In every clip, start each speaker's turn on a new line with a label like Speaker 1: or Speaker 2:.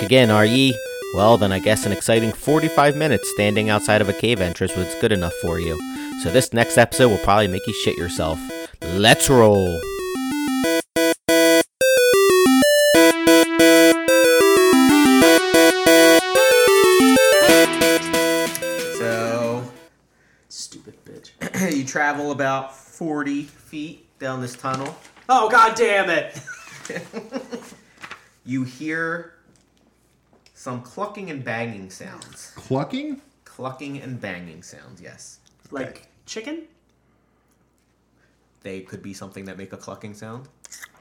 Speaker 1: again, are ye? Well, then I guess an exciting 45 minutes standing outside of a cave entrance was good enough for you. So this next episode will probably make you shit yourself. Let's roll!
Speaker 2: So
Speaker 3: Stupid bitch.
Speaker 2: you travel about 40 feet down this tunnel.
Speaker 3: Oh god damn it!
Speaker 2: You hear some clucking and banging sounds.
Speaker 4: Clucking?
Speaker 2: Clucking and banging sounds, yes.
Speaker 3: Like chicken?
Speaker 2: They could be something that make a clucking sound.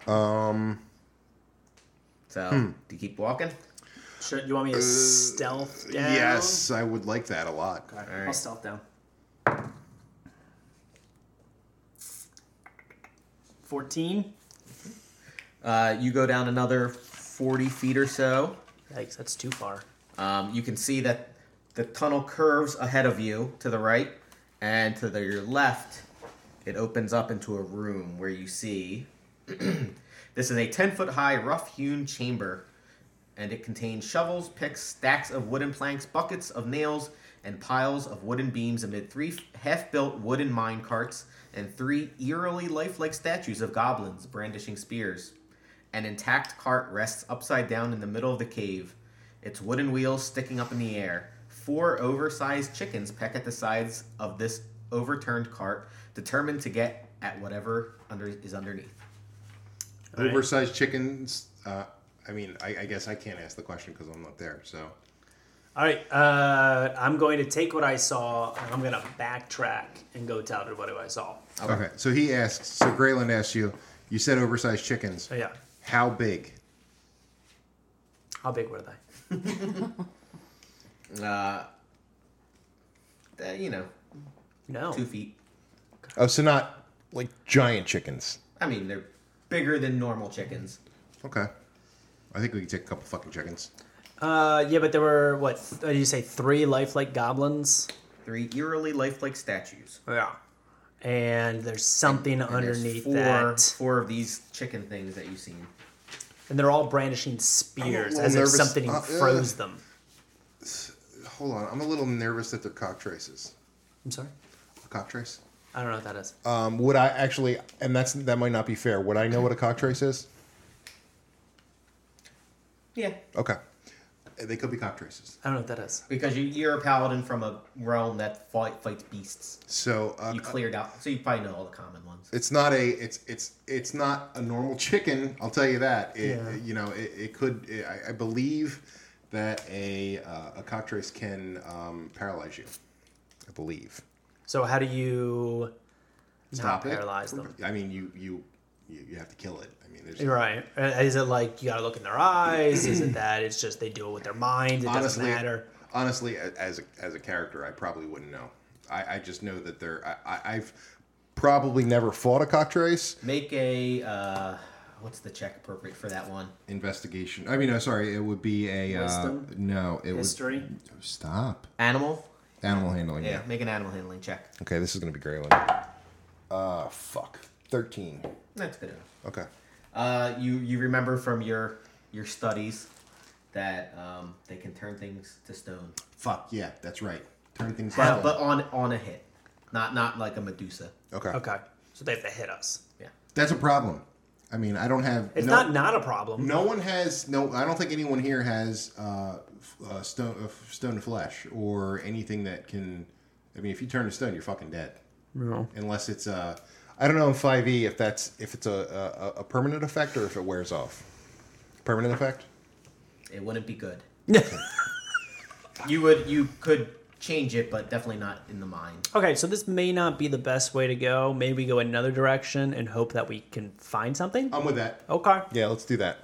Speaker 4: Um,
Speaker 2: So, do you keep walking?
Speaker 3: Sure, you want me to stealth down?
Speaker 4: yes, I would like that a lot.
Speaker 3: Alright, I'll
Speaker 2: Alright.
Speaker 3: stealth down. Fourteen.
Speaker 2: Uh, you go down another 40 feet or so.
Speaker 3: Yikes, that's too far.
Speaker 2: Um, you can see that the tunnel curves ahead of you to the right, and to the, your left, it opens up into a room where you see this is a 10 foot high, rough hewn chamber, and it contains shovels, picks, stacks of wooden planks, buckets of nails, and piles of wooden beams amid three half built wooden mine carts and three eerily lifelike statues of goblins brandishing spears. An intact cart rests upside down in the middle of the cave, its wooden wheels sticking up in the air. Four oversized chickens peck at the sides of this overturned cart, determined to get at whatever under is underneath.
Speaker 3: Alright.
Speaker 4: Oversized chickens. Uh, I mean, I, I guess I can't ask the question because I'm not there. So
Speaker 3: All right, uh, I'm going to take what I saw and I'm going to backtrack and go tell everybody what I saw.
Speaker 4: okay. So he asks. So Grayland asks you. You said oversized chickens.
Speaker 3: So Oh, yeah,
Speaker 4: How big?
Speaker 3: how big were they?
Speaker 2: Uh, uh, you know,
Speaker 3: No,
Speaker 2: two feet.
Speaker 4: Oh, so not like giant chickens.
Speaker 2: I mean, they're bigger than normal chickens.
Speaker 4: Okay. I think we can take a couple fucking chickens.
Speaker 3: uh, yeah, but there were what? th- Did you say three lifelike goblins?
Speaker 2: Three eerily lifelike statues.
Speaker 3: Yeah, and there's something
Speaker 2: And there's
Speaker 3: underneath
Speaker 2: four,
Speaker 3: that,
Speaker 2: Four of these chicken things that you've seen.
Speaker 3: and they're all brandishing spears
Speaker 4: little
Speaker 3: as if
Speaker 4: nervous.
Speaker 3: something
Speaker 4: Uh,
Speaker 3: froze them.
Speaker 4: Hold on. I'm a little nervous that they're cock traces.
Speaker 3: I'm sorry,
Speaker 4: A cock trace.
Speaker 3: I don't know what that is.
Speaker 4: Um, would I actually? And that's that might not be fair. Would I know what a cock trace is?
Speaker 2: Yeah.
Speaker 4: Okay. They could be cock traces.
Speaker 3: I don't know what that is.
Speaker 2: Because you, you're a paladin from a realm that fight, fights beasts.
Speaker 4: So uh,
Speaker 2: You cleared out, so you probably know all the common ones.
Speaker 4: it's not a it's it's it's not a normal chicken i'll tell you that it,
Speaker 3: Yeah.
Speaker 4: you know it, it could it, I, I believe that a uh, a cockatrice can um, paralyze you i believe
Speaker 3: So how do you
Speaker 4: Stop it.
Speaker 3: not paralyze them?
Speaker 4: i mean you you you, you have to kill it i mean there's
Speaker 3: Right. Uh, Is it like you gotta look in their eyes? Is it that it's just they do it with their mind? It doesn't
Speaker 4: honestly
Speaker 3: matter.
Speaker 4: honestly a- as a, as a character i probably wouldn't know i, I just know that they're I, I, i've probably never fought a cockatrice
Speaker 2: Make a uh, what's the check appropriate for that one?
Speaker 4: investigation i mean no sorry it would be a uh,
Speaker 3: Wisdom?
Speaker 4: no it
Speaker 3: History.
Speaker 4: would stop
Speaker 2: Animal.
Speaker 4: animal handling
Speaker 2: Yeah. Make an animal handling check.
Speaker 4: Okay, this is gonna be Grayland. Uh, fuck. Thirteen.
Speaker 2: That's good enough.
Speaker 4: Okay.
Speaker 2: Uh, you you remember from your your studies that um, they can turn things to stone,
Speaker 4: Fuck yeah, that's right. Turn things
Speaker 2: but,
Speaker 4: down.
Speaker 2: but on on a hit, not not like a Medusa.
Speaker 4: okay.
Speaker 3: Okay. So they have to hit us.
Speaker 2: Yeah.
Speaker 4: that's a problem. I mean, I don't have.
Speaker 3: It's
Speaker 4: no,
Speaker 3: not not a problem.
Speaker 4: No one has. No, I don't think anyone here has uh, f- uh stone, uh, f- stone flesh or anything that can. I mean, if you turn to stone, you're fucking dead.
Speaker 3: No.
Speaker 4: Unless it's uh, I don't know in five E if that's if it's a, a a permanent effect or if it wears off. Permanent effect.
Speaker 2: It wouldn't be good. you would you could change it, but definitely not in the mind.
Speaker 3: Okay, so this may not be the best way to go. Maybe we go another direction and hope that we can find something.
Speaker 4: I'm with that.
Speaker 3: Okay.
Speaker 4: Yeah, let's do that.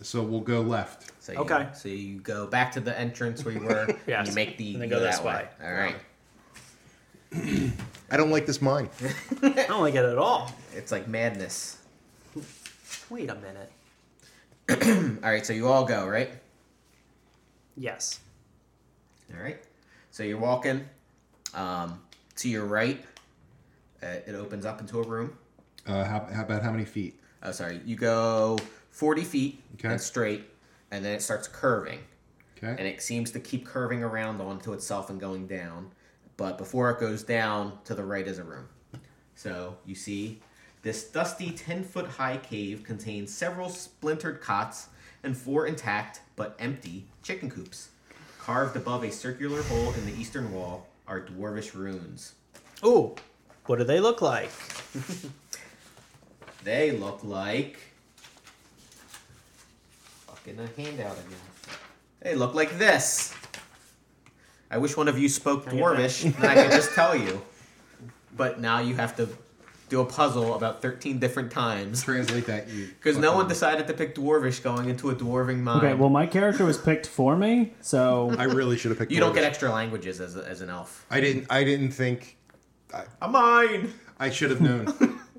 Speaker 4: So we'll go left.
Speaker 2: Oh. So you,
Speaker 3: Okay.
Speaker 2: So you go back to the entrance where you were.
Speaker 3: Yes.
Speaker 2: And you make the
Speaker 3: And then
Speaker 2: you
Speaker 3: go
Speaker 2: go
Speaker 3: this
Speaker 2: that way.
Speaker 3: way.
Speaker 2: All right.
Speaker 4: I don't like this mine.
Speaker 3: I don't like it at all.
Speaker 2: It's like madness.
Speaker 3: Wait a minute.
Speaker 2: All right. So you all go right.
Speaker 3: Yes.
Speaker 2: All right. So you're walking. Um, to your right, uh, it opens up into a room.
Speaker 4: Uh, how, how about how many feet?
Speaker 2: Oh, sorry. You go 40 feet
Speaker 4: Okay.
Speaker 2: and straight. and then it starts curving, and
Speaker 4: Okay.
Speaker 2: it seems to keep curving around onto itself and going down. But before it goes down, to the right is a room. So you see, this dusty 10 foot high cave contains several splintered cots and four intact but empty chicken coops. Carved above a circular hole in the eastern wall are dwarvish runes.
Speaker 3: Ooh, what do they look like?
Speaker 2: They look like. Fucking a handout again. They look like this. I wish one of you spoke
Speaker 3: I get that?
Speaker 2: dwarvish, and I could just tell you. But now you have to do a puzzle about 13 different times.
Speaker 4: Translate that. you
Speaker 2: Because no
Speaker 4: fucking-
Speaker 2: one decided to pick dwarvish going into a dwarving mind.
Speaker 5: Okay, well, my character was picked for me, so
Speaker 4: I really should have picked.
Speaker 2: you don't get
Speaker 4: Dwarvish.
Speaker 2: extra languages as, a, as an elf.
Speaker 4: I didn't. I didn't think.
Speaker 2: A mine!
Speaker 4: I should have known.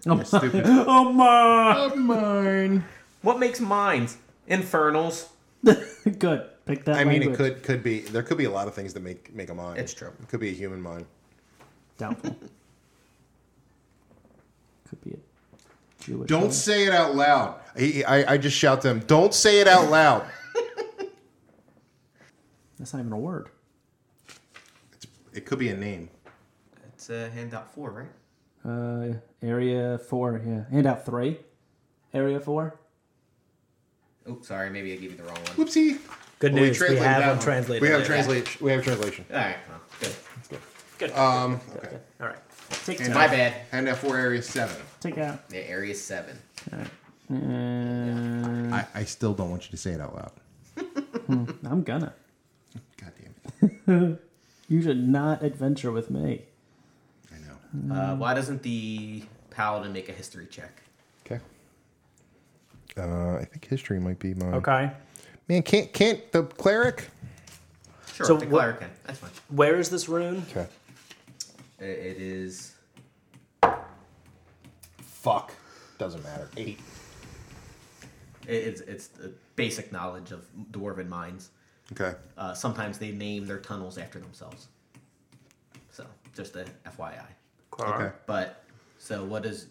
Speaker 4: You're stupid.
Speaker 5: oh my,
Speaker 4: Of mine.
Speaker 2: What makes mines? Infernals.
Speaker 5: good. Pick that.
Speaker 4: I mean, it
Speaker 5: language.
Speaker 4: could could be. There could be a lot of things that make make a mind.
Speaker 2: It's true.
Speaker 4: It could be a human mind.
Speaker 5: doubtful. could be a Jewish.
Speaker 4: Don't
Speaker 5: one.
Speaker 4: say it out loud. I, I, I just shout to him. Don't say it out loud.
Speaker 5: That's not even a word.
Speaker 4: It could be a name.
Speaker 2: It's uh, handout four, right?
Speaker 5: Uh, area four. Yeah, handout three. Area four.
Speaker 2: Oh, sorry, maybe I gave you the wrong one.
Speaker 4: Whoopsie.
Speaker 3: Good
Speaker 4: Well,
Speaker 3: news, we,
Speaker 4: translate that
Speaker 3: have a
Speaker 4: one.
Speaker 3: translator.
Speaker 4: We have
Speaker 3: there.
Speaker 4: translate. We have translation.
Speaker 2: Alright, well, good.
Speaker 3: Good.
Speaker 4: Um. Okay.
Speaker 3: All right.
Speaker 5: Take
Speaker 4: And-
Speaker 2: My
Speaker 5: out.
Speaker 2: bad.
Speaker 4: And now for area seven.
Speaker 5: Take out.
Speaker 2: Yeah, area seven.
Speaker 5: Uh,
Speaker 4: I, I still don't want you to say it out loud.
Speaker 5: I'm gonna.
Speaker 4: God damn it.
Speaker 5: You should not adventure with me.
Speaker 4: I
Speaker 3: Hmm.
Speaker 4: know.
Speaker 2: Uh, why doesn't the paladin make a history check?
Speaker 4: Okay. Uh, I think history might be mine.
Speaker 3: Okay.
Speaker 4: Man, can't can't the cleric?
Speaker 2: Sure,
Speaker 3: So
Speaker 2: the
Speaker 3: what-
Speaker 2: cleric can. That's fine.
Speaker 3: Where is this rune?
Speaker 4: Okay.
Speaker 2: I- It is.
Speaker 4: Fuck. Doesn't matter. Eight.
Speaker 2: it- It's it's the basic knowledge of dwarven mines.
Speaker 4: Okay.
Speaker 2: Uh, sometimes they name their tunnels after themselves. So just a FYI.
Speaker 4: Okay.
Speaker 2: But so what is?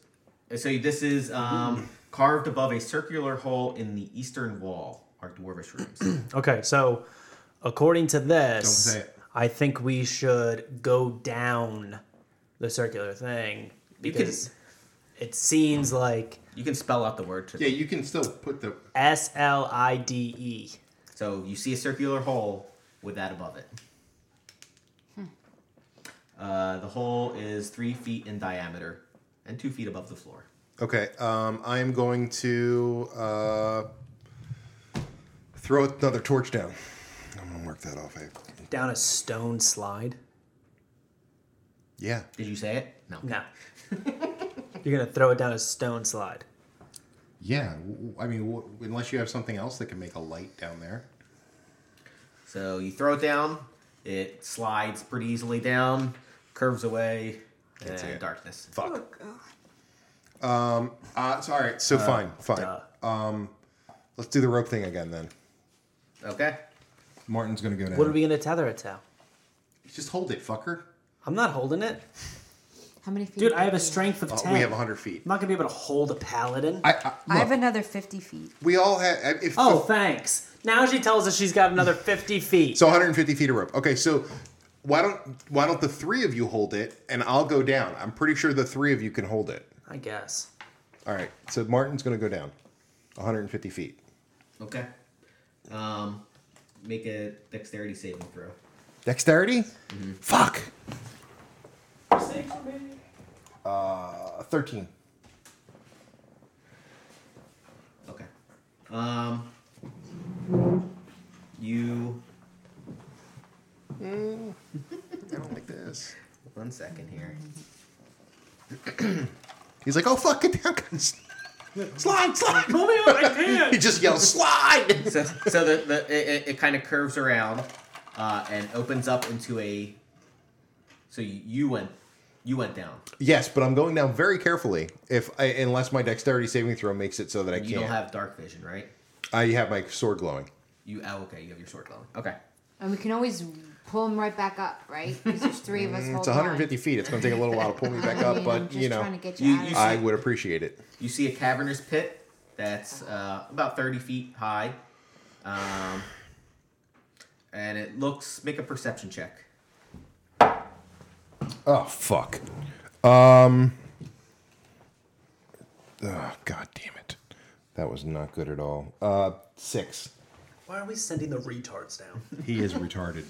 Speaker 2: So this is
Speaker 3: Hmm.
Speaker 2: um, carved above a circular hole in the eastern wall are dwarvish rooms.
Speaker 3: Okay, so according to this,
Speaker 4: Don't say it.
Speaker 3: I think we should go down the circular
Speaker 2: You
Speaker 3: thing because it seems like
Speaker 2: you can spell out the word to
Speaker 4: Yeah, you can still put the.
Speaker 3: S L I D E.
Speaker 2: So you see a circular hole with that above it. Uh, the hole is three feet in diameter and two feet above the floor.
Speaker 4: Okay. Um, I'm going to uh, throw another torch down. I'm gonna work that off. I-
Speaker 3: Down a stone slide?
Speaker 4: Yeah.
Speaker 2: Did you say it? No.
Speaker 3: No. You're going to throw it down a stone slide.
Speaker 4: Yeah. w- w- I mean, w- unless you have something else that can make a light down there.
Speaker 2: So you throw it down. It slides pretty easily down, curves away, and
Speaker 4: it.
Speaker 2: darkness.
Speaker 4: Fuck. Um. Uh, so, all right. So fine. Fine. Um. Let's do the rope thing again then.
Speaker 2: Okay.
Speaker 4: Martin's gonna go down.
Speaker 3: What are we going to tether it to?
Speaker 4: Just hold it, fucker.
Speaker 3: I'm not holding it.
Speaker 6: How many feet?
Speaker 5: Dude,
Speaker 6: would
Speaker 5: I have
Speaker 6: that
Speaker 5: a
Speaker 6: be?
Speaker 5: strength of
Speaker 4: Oh,
Speaker 5: ten.
Speaker 4: we have 100 feet.
Speaker 3: I'm not going to be able to hold a paladin.
Speaker 4: I, I,
Speaker 6: I have
Speaker 4: look,
Speaker 6: another 50 feet.
Speaker 4: we all have. If
Speaker 3: oh, thanks. Now she tells us she's got another 50 feet.
Speaker 4: So 150 feet of rope. Okay, so why don't why don't the three of you hold it and I'll go down? I'm pretty sure the three of you can hold it.
Speaker 3: I guess.
Speaker 4: All right. So Martin's going to go down 150 feet.
Speaker 2: Okay. Um, make a dexterity saving throw.
Speaker 4: Dexterity? Fuck. Uh, 13.
Speaker 2: Okay. Um, you.
Speaker 4: I don't like this.
Speaker 2: One second here.
Speaker 4: He's like, "Oh fuck, get down." guys." slide, slide.
Speaker 3: Pull me up, I can't.
Speaker 4: He just yells, "Slide."
Speaker 2: so, so the, the it- it, it kind of curves around uh, and opens up into a. So you, you went, you went down.
Speaker 4: Yes, but I'm going down very carefully if I, unless my dexterity saving throw makes it so that I
Speaker 2: You
Speaker 4: can't.
Speaker 2: don't have dark vision, right?
Speaker 4: I have my sword glowing.
Speaker 2: You oh, okay. You have your sword glowing. Okay.
Speaker 6: And we can always pull them right back up, right? Because there's three of us holding
Speaker 4: Mm, It's 150 feet. It's going to take a little while to pull me
Speaker 6: on.
Speaker 4: back
Speaker 6: I
Speaker 4: up,
Speaker 6: mean, Oh, I'm
Speaker 4: but
Speaker 6: just
Speaker 4: you know,
Speaker 6: trying to get
Speaker 2: You-
Speaker 6: you, out
Speaker 2: you
Speaker 6: of
Speaker 2: see-
Speaker 6: it.
Speaker 4: I would appreciate it.
Speaker 2: You see a cavernous pit that's uh, about thirty feet high, Um, and it looks. Make a perception check.
Speaker 4: Oh fuck. Um. Oh, God damn it. That was not good at all. Uh, six.
Speaker 3: Why are we sending the retards down?
Speaker 7: He is retarded.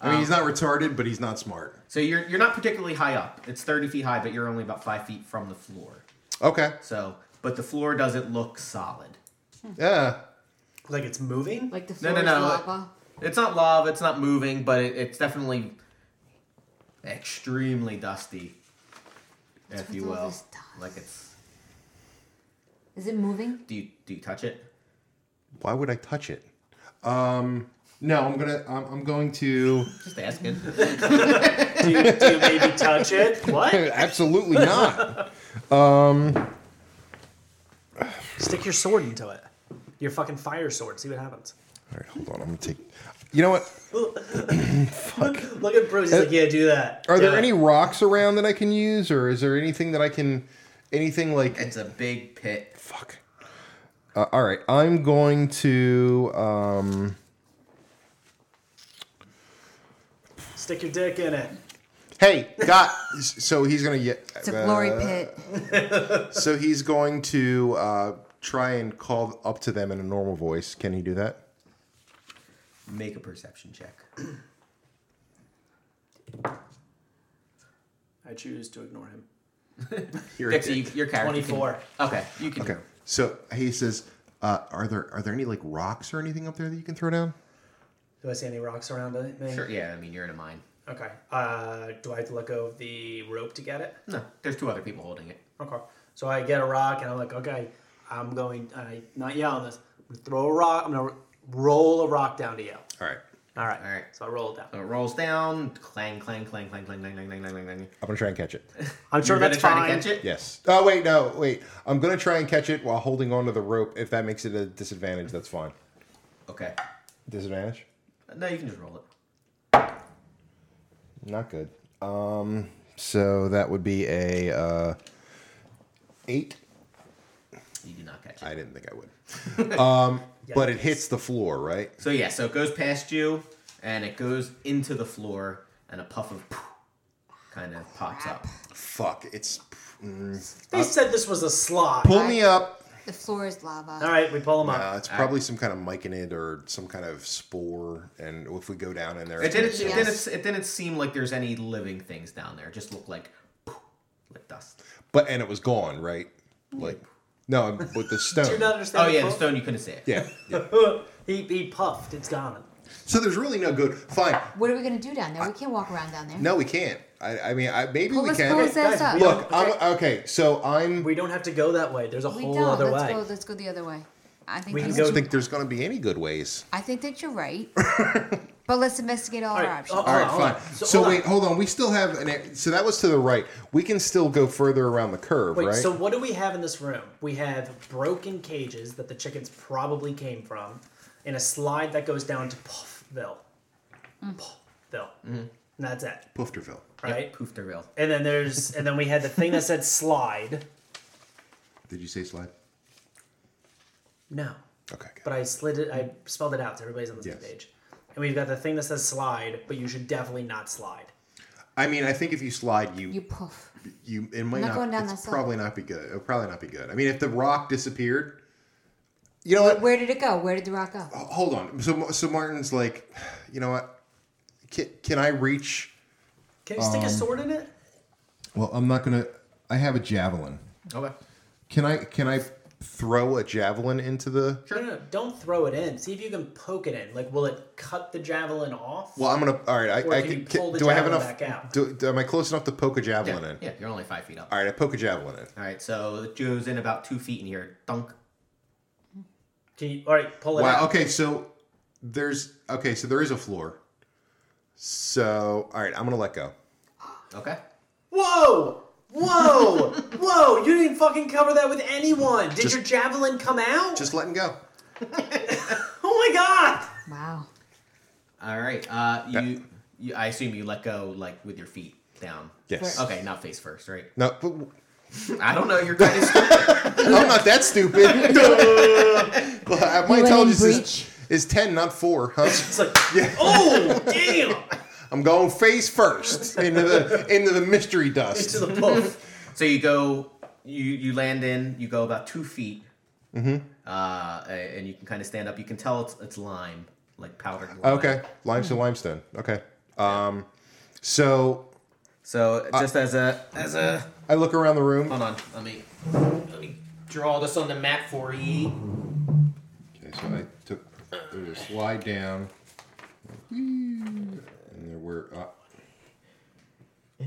Speaker 7: I mean, he's
Speaker 2: Um,
Speaker 7: not retarded, but he's not smart.
Speaker 2: So you're you're not particularly high up. It's thirty feet high, but you're only about five feet from the floor.
Speaker 4: Okay.
Speaker 2: So, but the floor doesn't look solid.
Speaker 4: Yeah.
Speaker 3: Like it's moving?
Speaker 6: Like the
Speaker 2: No,
Speaker 6: floor
Speaker 2: no,
Speaker 6: is
Speaker 2: no.
Speaker 6: lava.
Speaker 2: It's not lava. It's not moving, but it, it's definitely extremely dusty, if
Speaker 6: with
Speaker 2: you
Speaker 6: all
Speaker 2: will.
Speaker 6: this dust?
Speaker 2: Like it's.
Speaker 6: Is it moving?
Speaker 2: Do you do you touch it?
Speaker 4: Why would I touch it? Um,
Speaker 7: No, I'm gonna. I'm, I'm going to.
Speaker 2: Just asking.
Speaker 3: Do you, do you maybe touch it? What?
Speaker 4: Absolutely not.
Speaker 3: Stick your sword into it. Your fucking fire sword. See what happens.
Speaker 4: All right, hold on. I'm gonna take. You know what?
Speaker 3: Look at Bruce. He's like, yeah, do that.
Speaker 4: Are
Speaker 3: Do
Speaker 4: there
Speaker 3: it."
Speaker 4: any rocks around that I can use, or is there anything that I can? Anything like
Speaker 2: it's a big pit.
Speaker 4: fuck. Uh, all right, I'm going to. Um,
Speaker 3: Stick your dick in it.
Speaker 4: hey, God! so he's gonna get.
Speaker 6: It's a glory pit.
Speaker 4: So he's going to uh, try and call up to them in a normal voice. Can he do that?
Speaker 2: Make a perception check.
Speaker 3: I choose to ignore him.
Speaker 2: Dixie, you, your character. can-
Speaker 3: 24.
Speaker 2: okay, you can.
Speaker 4: Okay. So he says, uh, "Are there are there any like rocks or anything up there that you can throw down?"
Speaker 3: Do I see any rocks around it? man?
Speaker 2: Sure. Yeah, I mean you're in a mine.
Speaker 3: Okay. Uh, do I have to let go of the rope to get it?
Speaker 2: No, there's two other people holding it.
Speaker 3: Okay. So I get a rock and I'm like, okay, I'm going, I not yelling this. I'm gonna throw a rock. I'm gonna roll a rock down to yell.
Speaker 4: All right.
Speaker 3: All right.
Speaker 2: All right.
Speaker 3: So I roll it down.
Speaker 2: So it rolls down. Clang, clang, clang, clang, clang, clang, clang, clang, clang, clang.
Speaker 4: I'm gonna try and catch it.
Speaker 3: I'm sure
Speaker 2: You're
Speaker 3: that's
Speaker 2: gonna
Speaker 3: fine.
Speaker 2: try to catch it.
Speaker 4: Yes. Oh wait, no, wait. I'm gonna try and catch it while holding onto the rope. If that makes it a disadvantage, that's fine.
Speaker 2: Okay.
Speaker 4: Disadvantage?
Speaker 2: No, you can just roll it.
Speaker 4: Not good. Um. So that would be a uh, eight.
Speaker 2: You do not catch it.
Speaker 4: I didn't think I would. Um, but it hits the floor, right?
Speaker 2: So yeah, so it goes past you and it goes into the floor, and a puff of kind of pops up.
Speaker 4: Fuck. It's
Speaker 3: They said this was a slide.
Speaker 4: pull me up.
Speaker 6: The floor is lava.
Speaker 3: All right, we pull him up.
Speaker 4: Uh, it's probably some kind of myconid or some kind of spore. And if we go down in there,
Speaker 2: It
Speaker 4: it's
Speaker 2: didn't. It
Speaker 6: Yes.
Speaker 2: didn't. It didn't seem like there's any living things down there. It just looked like like dust.
Speaker 4: but and it was gone, right? Like no, with the stone.
Speaker 3: Do you not understand?
Speaker 2: Oh yeah, the
Speaker 3: the
Speaker 2: stone you couldn't see it.
Speaker 4: yeah.
Speaker 3: pull? he, he puffed. It's gone.
Speaker 4: So there's really no good. Fine.
Speaker 6: What are we gonna do down there? We can't walk around down there.
Speaker 4: No, we can't. I, I mean, I, maybe
Speaker 6: Pull
Speaker 4: we
Speaker 6: his
Speaker 4: can.
Speaker 6: clothes
Speaker 3: Guys,
Speaker 6: ass up.
Speaker 3: we
Speaker 4: Look, I'm okay. So I'm.
Speaker 3: We don't have to go that way. There's a
Speaker 6: We
Speaker 3: whole
Speaker 6: don't.
Speaker 3: other
Speaker 6: let's
Speaker 3: way.
Speaker 6: go. Let's go the other way. I think.
Speaker 3: We can
Speaker 4: I
Speaker 6: that's-
Speaker 3: go-
Speaker 4: don't think there's going to be any good ways.
Speaker 6: I think that you're right. but let's investigate all,
Speaker 3: All
Speaker 6: our
Speaker 3: right.
Speaker 6: options.
Speaker 3: Oh,
Speaker 4: All right,
Speaker 3: hold on,
Speaker 4: fine.
Speaker 3: hold on.
Speaker 4: So,
Speaker 3: hold on.
Speaker 4: wait, hold on. We still have an. a- So that was to the right. We can still go further around the curve,
Speaker 3: Wait,
Speaker 4: right?
Speaker 3: so what do we have in this room? We have broken cages that the chickens probably came from, and a slide that goes down to Puffville.
Speaker 6: Mm.
Speaker 3: Puffville. And that's it,
Speaker 4: Poofterville.
Speaker 3: right?
Speaker 2: Poof the real.
Speaker 3: And then there's, and then we had the thing that said slide.
Speaker 4: Did you say slide?
Speaker 3: No,
Speaker 4: Okay. Good.
Speaker 3: but I slid it. I spelled it out so everybody's on the same
Speaker 4: Yes.
Speaker 3: page. And we've got the thing that says slide, but you should definitely not slide.
Speaker 4: I mean, I think if you slide, you
Speaker 6: You
Speaker 4: you,
Speaker 6: poof.
Speaker 4: it might
Speaker 6: not
Speaker 4: not.
Speaker 6: going down that
Speaker 4: it's
Speaker 6: slide.
Speaker 4: probably not be good. It'll probably not be good. I mean, if the rock disappeared, you know what?
Speaker 6: Where did it go? Where did the rock go?
Speaker 4: hold on. So so Martin's like, you know what? Can, can I reach?
Speaker 3: Can you stick a sword in it?
Speaker 7: Well, I'm not gonna. I have a javelin.
Speaker 2: Okay.
Speaker 4: Can I can I throw a javelin into the?
Speaker 3: No, no, no, don't throw it in. See if you can poke it in. Like, will it cut the javelin off?
Speaker 4: Well, I'm gonna. All right, I,
Speaker 3: Or
Speaker 4: I
Speaker 3: can
Speaker 4: can.
Speaker 3: you pull
Speaker 4: can-
Speaker 3: the
Speaker 4: do I have
Speaker 3: javelin
Speaker 4: enough?
Speaker 3: back out?
Speaker 4: Do, do- am I close enough to poke a javelin
Speaker 2: Yeah,
Speaker 4: in?
Speaker 2: yeah, you're only five feet up.
Speaker 4: All right, I poke a javelin in.
Speaker 2: All right, so it goes in about two feet in here. Dunk.
Speaker 3: Can you, all right, pull it out.
Speaker 4: Wow. Okay, so there's okay, so there is a floor. So all right, I'm gonna let go.
Speaker 2: Okay.
Speaker 3: Whoa! Whoa! Whoa! You didn't fucking cover that with anyone. Did your javelin come out?
Speaker 4: Just letting go.
Speaker 3: oh my god!
Speaker 6: Wow.
Speaker 2: All right. Uh, you, you. I assume you let go like with your feet down.
Speaker 4: Yes.
Speaker 2: Okay, not face first, right?
Speaker 4: Uh, No. But,
Speaker 2: I don't know. You're kind of stupid.
Speaker 4: I'm not that stupid. But my
Speaker 6: in
Speaker 4: intelligence
Speaker 6: breach.
Speaker 4: is, is 10, not 4. Huh?
Speaker 3: It's like, oh damn!
Speaker 4: I'm going face first into the into the mystery
Speaker 3: Into
Speaker 4: dust.
Speaker 3: the poof.
Speaker 2: so you go, you you land in. You go about two feet, mm-hmm. uh, a- and you can kind of stand up. You can tell it's it's lime, like powdered lime.
Speaker 4: Okay, limestone, limestone. Okay. Um, so
Speaker 2: So
Speaker 4: Uh,
Speaker 2: just as a as a
Speaker 4: I look around the
Speaker 3: Um,
Speaker 4: room.
Speaker 2: hold on, let me let me draw this on the map for you.
Speaker 7: Okay, so I took there's a slide down, and there were
Speaker 4: uh,
Speaker 7: up. So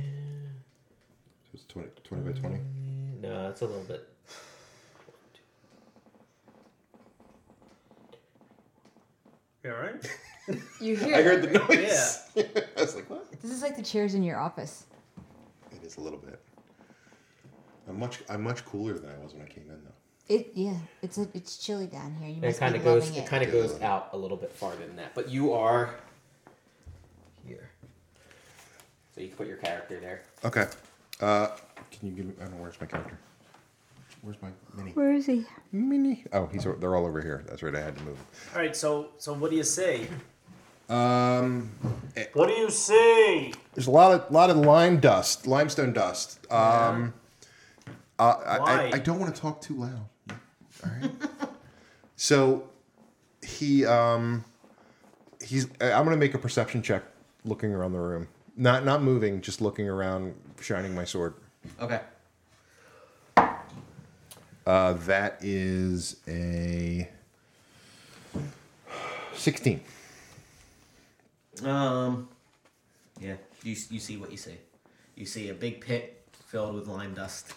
Speaker 7: it's 20, 20 by twenty.
Speaker 2: No, that's a little bit.
Speaker 3: You all right?
Speaker 6: You hear?
Speaker 4: I heard the
Speaker 3: Yeah.
Speaker 4: noise. I was like, what?
Speaker 6: This is like the chairs in your office.
Speaker 4: It is a little bit. I'm much I'm much cooler than I was when I came in though.
Speaker 6: It yeah. It's a, it's chilly down here. You
Speaker 2: And
Speaker 6: must
Speaker 2: it kind
Speaker 6: be
Speaker 2: of goes.
Speaker 6: loving
Speaker 2: It
Speaker 6: it.
Speaker 2: kind of goes out a little bit farther than that. But you are here, so you can put your character there.
Speaker 4: Okay. Uh, can you give me? I don't know where's my character. Where's my mini?
Speaker 6: Where is he?
Speaker 4: Mini. Oh, he's they're all over here. That's right. I had to move.
Speaker 3: All right. So so what do you say?
Speaker 4: Um,
Speaker 3: What do you say?
Speaker 4: there's a lot of lot of lime dust, limestone dust. Um, uh, I,
Speaker 3: Why?
Speaker 4: I, I don't want to talk too loud. All right. so he um he's I- I'm gonna make a perception check, looking around the room, not not moving, just looking around, shining my sword.
Speaker 2: Okay.
Speaker 4: Uh, that is a sixteen.
Speaker 2: Um. Yeah. You you see what you see. You see a big pit filled with lime dust.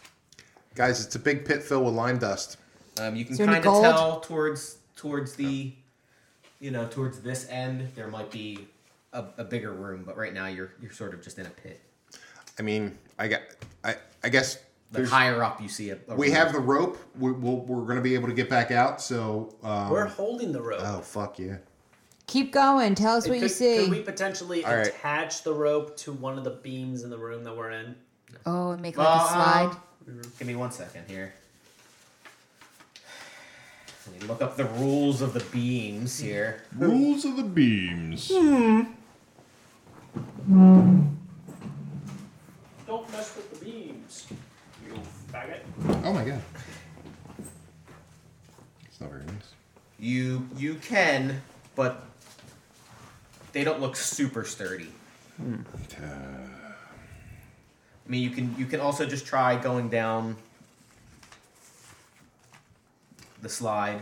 Speaker 4: Guys, it's a big pit filled with lime dust.
Speaker 2: Um, you can
Speaker 6: Is there
Speaker 2: kind
Speaker 6: any
Speaker 2: of
Speaker 6: gold?
Speaker 2: tell towards towards the, you know, towards this end there might be a, a bigger room, but right now you're you're sort of just in a pit.
Speaker 4: I mean, I got I I guess
Speaker 2: Like
Speaker 4: there's-
Speaker 2: higher up, you see a. a
Speaker 4: We
Speaker 2: room.
Speaker 4: have the rope. We, we'll, we're going to be able to get back out. So, um,
Speaker 3: We're holding the rope.
Speaker 4: oh fuck yeah!
Speaker 6: Keep going. Tell us
Speaker 3: Hey,
Speaker 6: what
Speaker 3: could,
Speaker 6: you see.
Speaker 3: could we potentially
Speaker 4: All right.
Speaker 3: attach the rope to one of the beams in the room that we're in?
Speaker 6: Oh, and make like
Speaker 2: Well,
Speaker 6: a slide.
Speaker 2: um, give me one second here. Let me look up the rules of the beams here.
Speaker 7: Rules of the beams.
Speaker 3: Don't mess with the beams, you faggot.
Speaker 4: Oh my god, it's not very nice.
Speaker 2: You you can, but they don't look super sturdy. I mean, you can you can also just try going down the slide,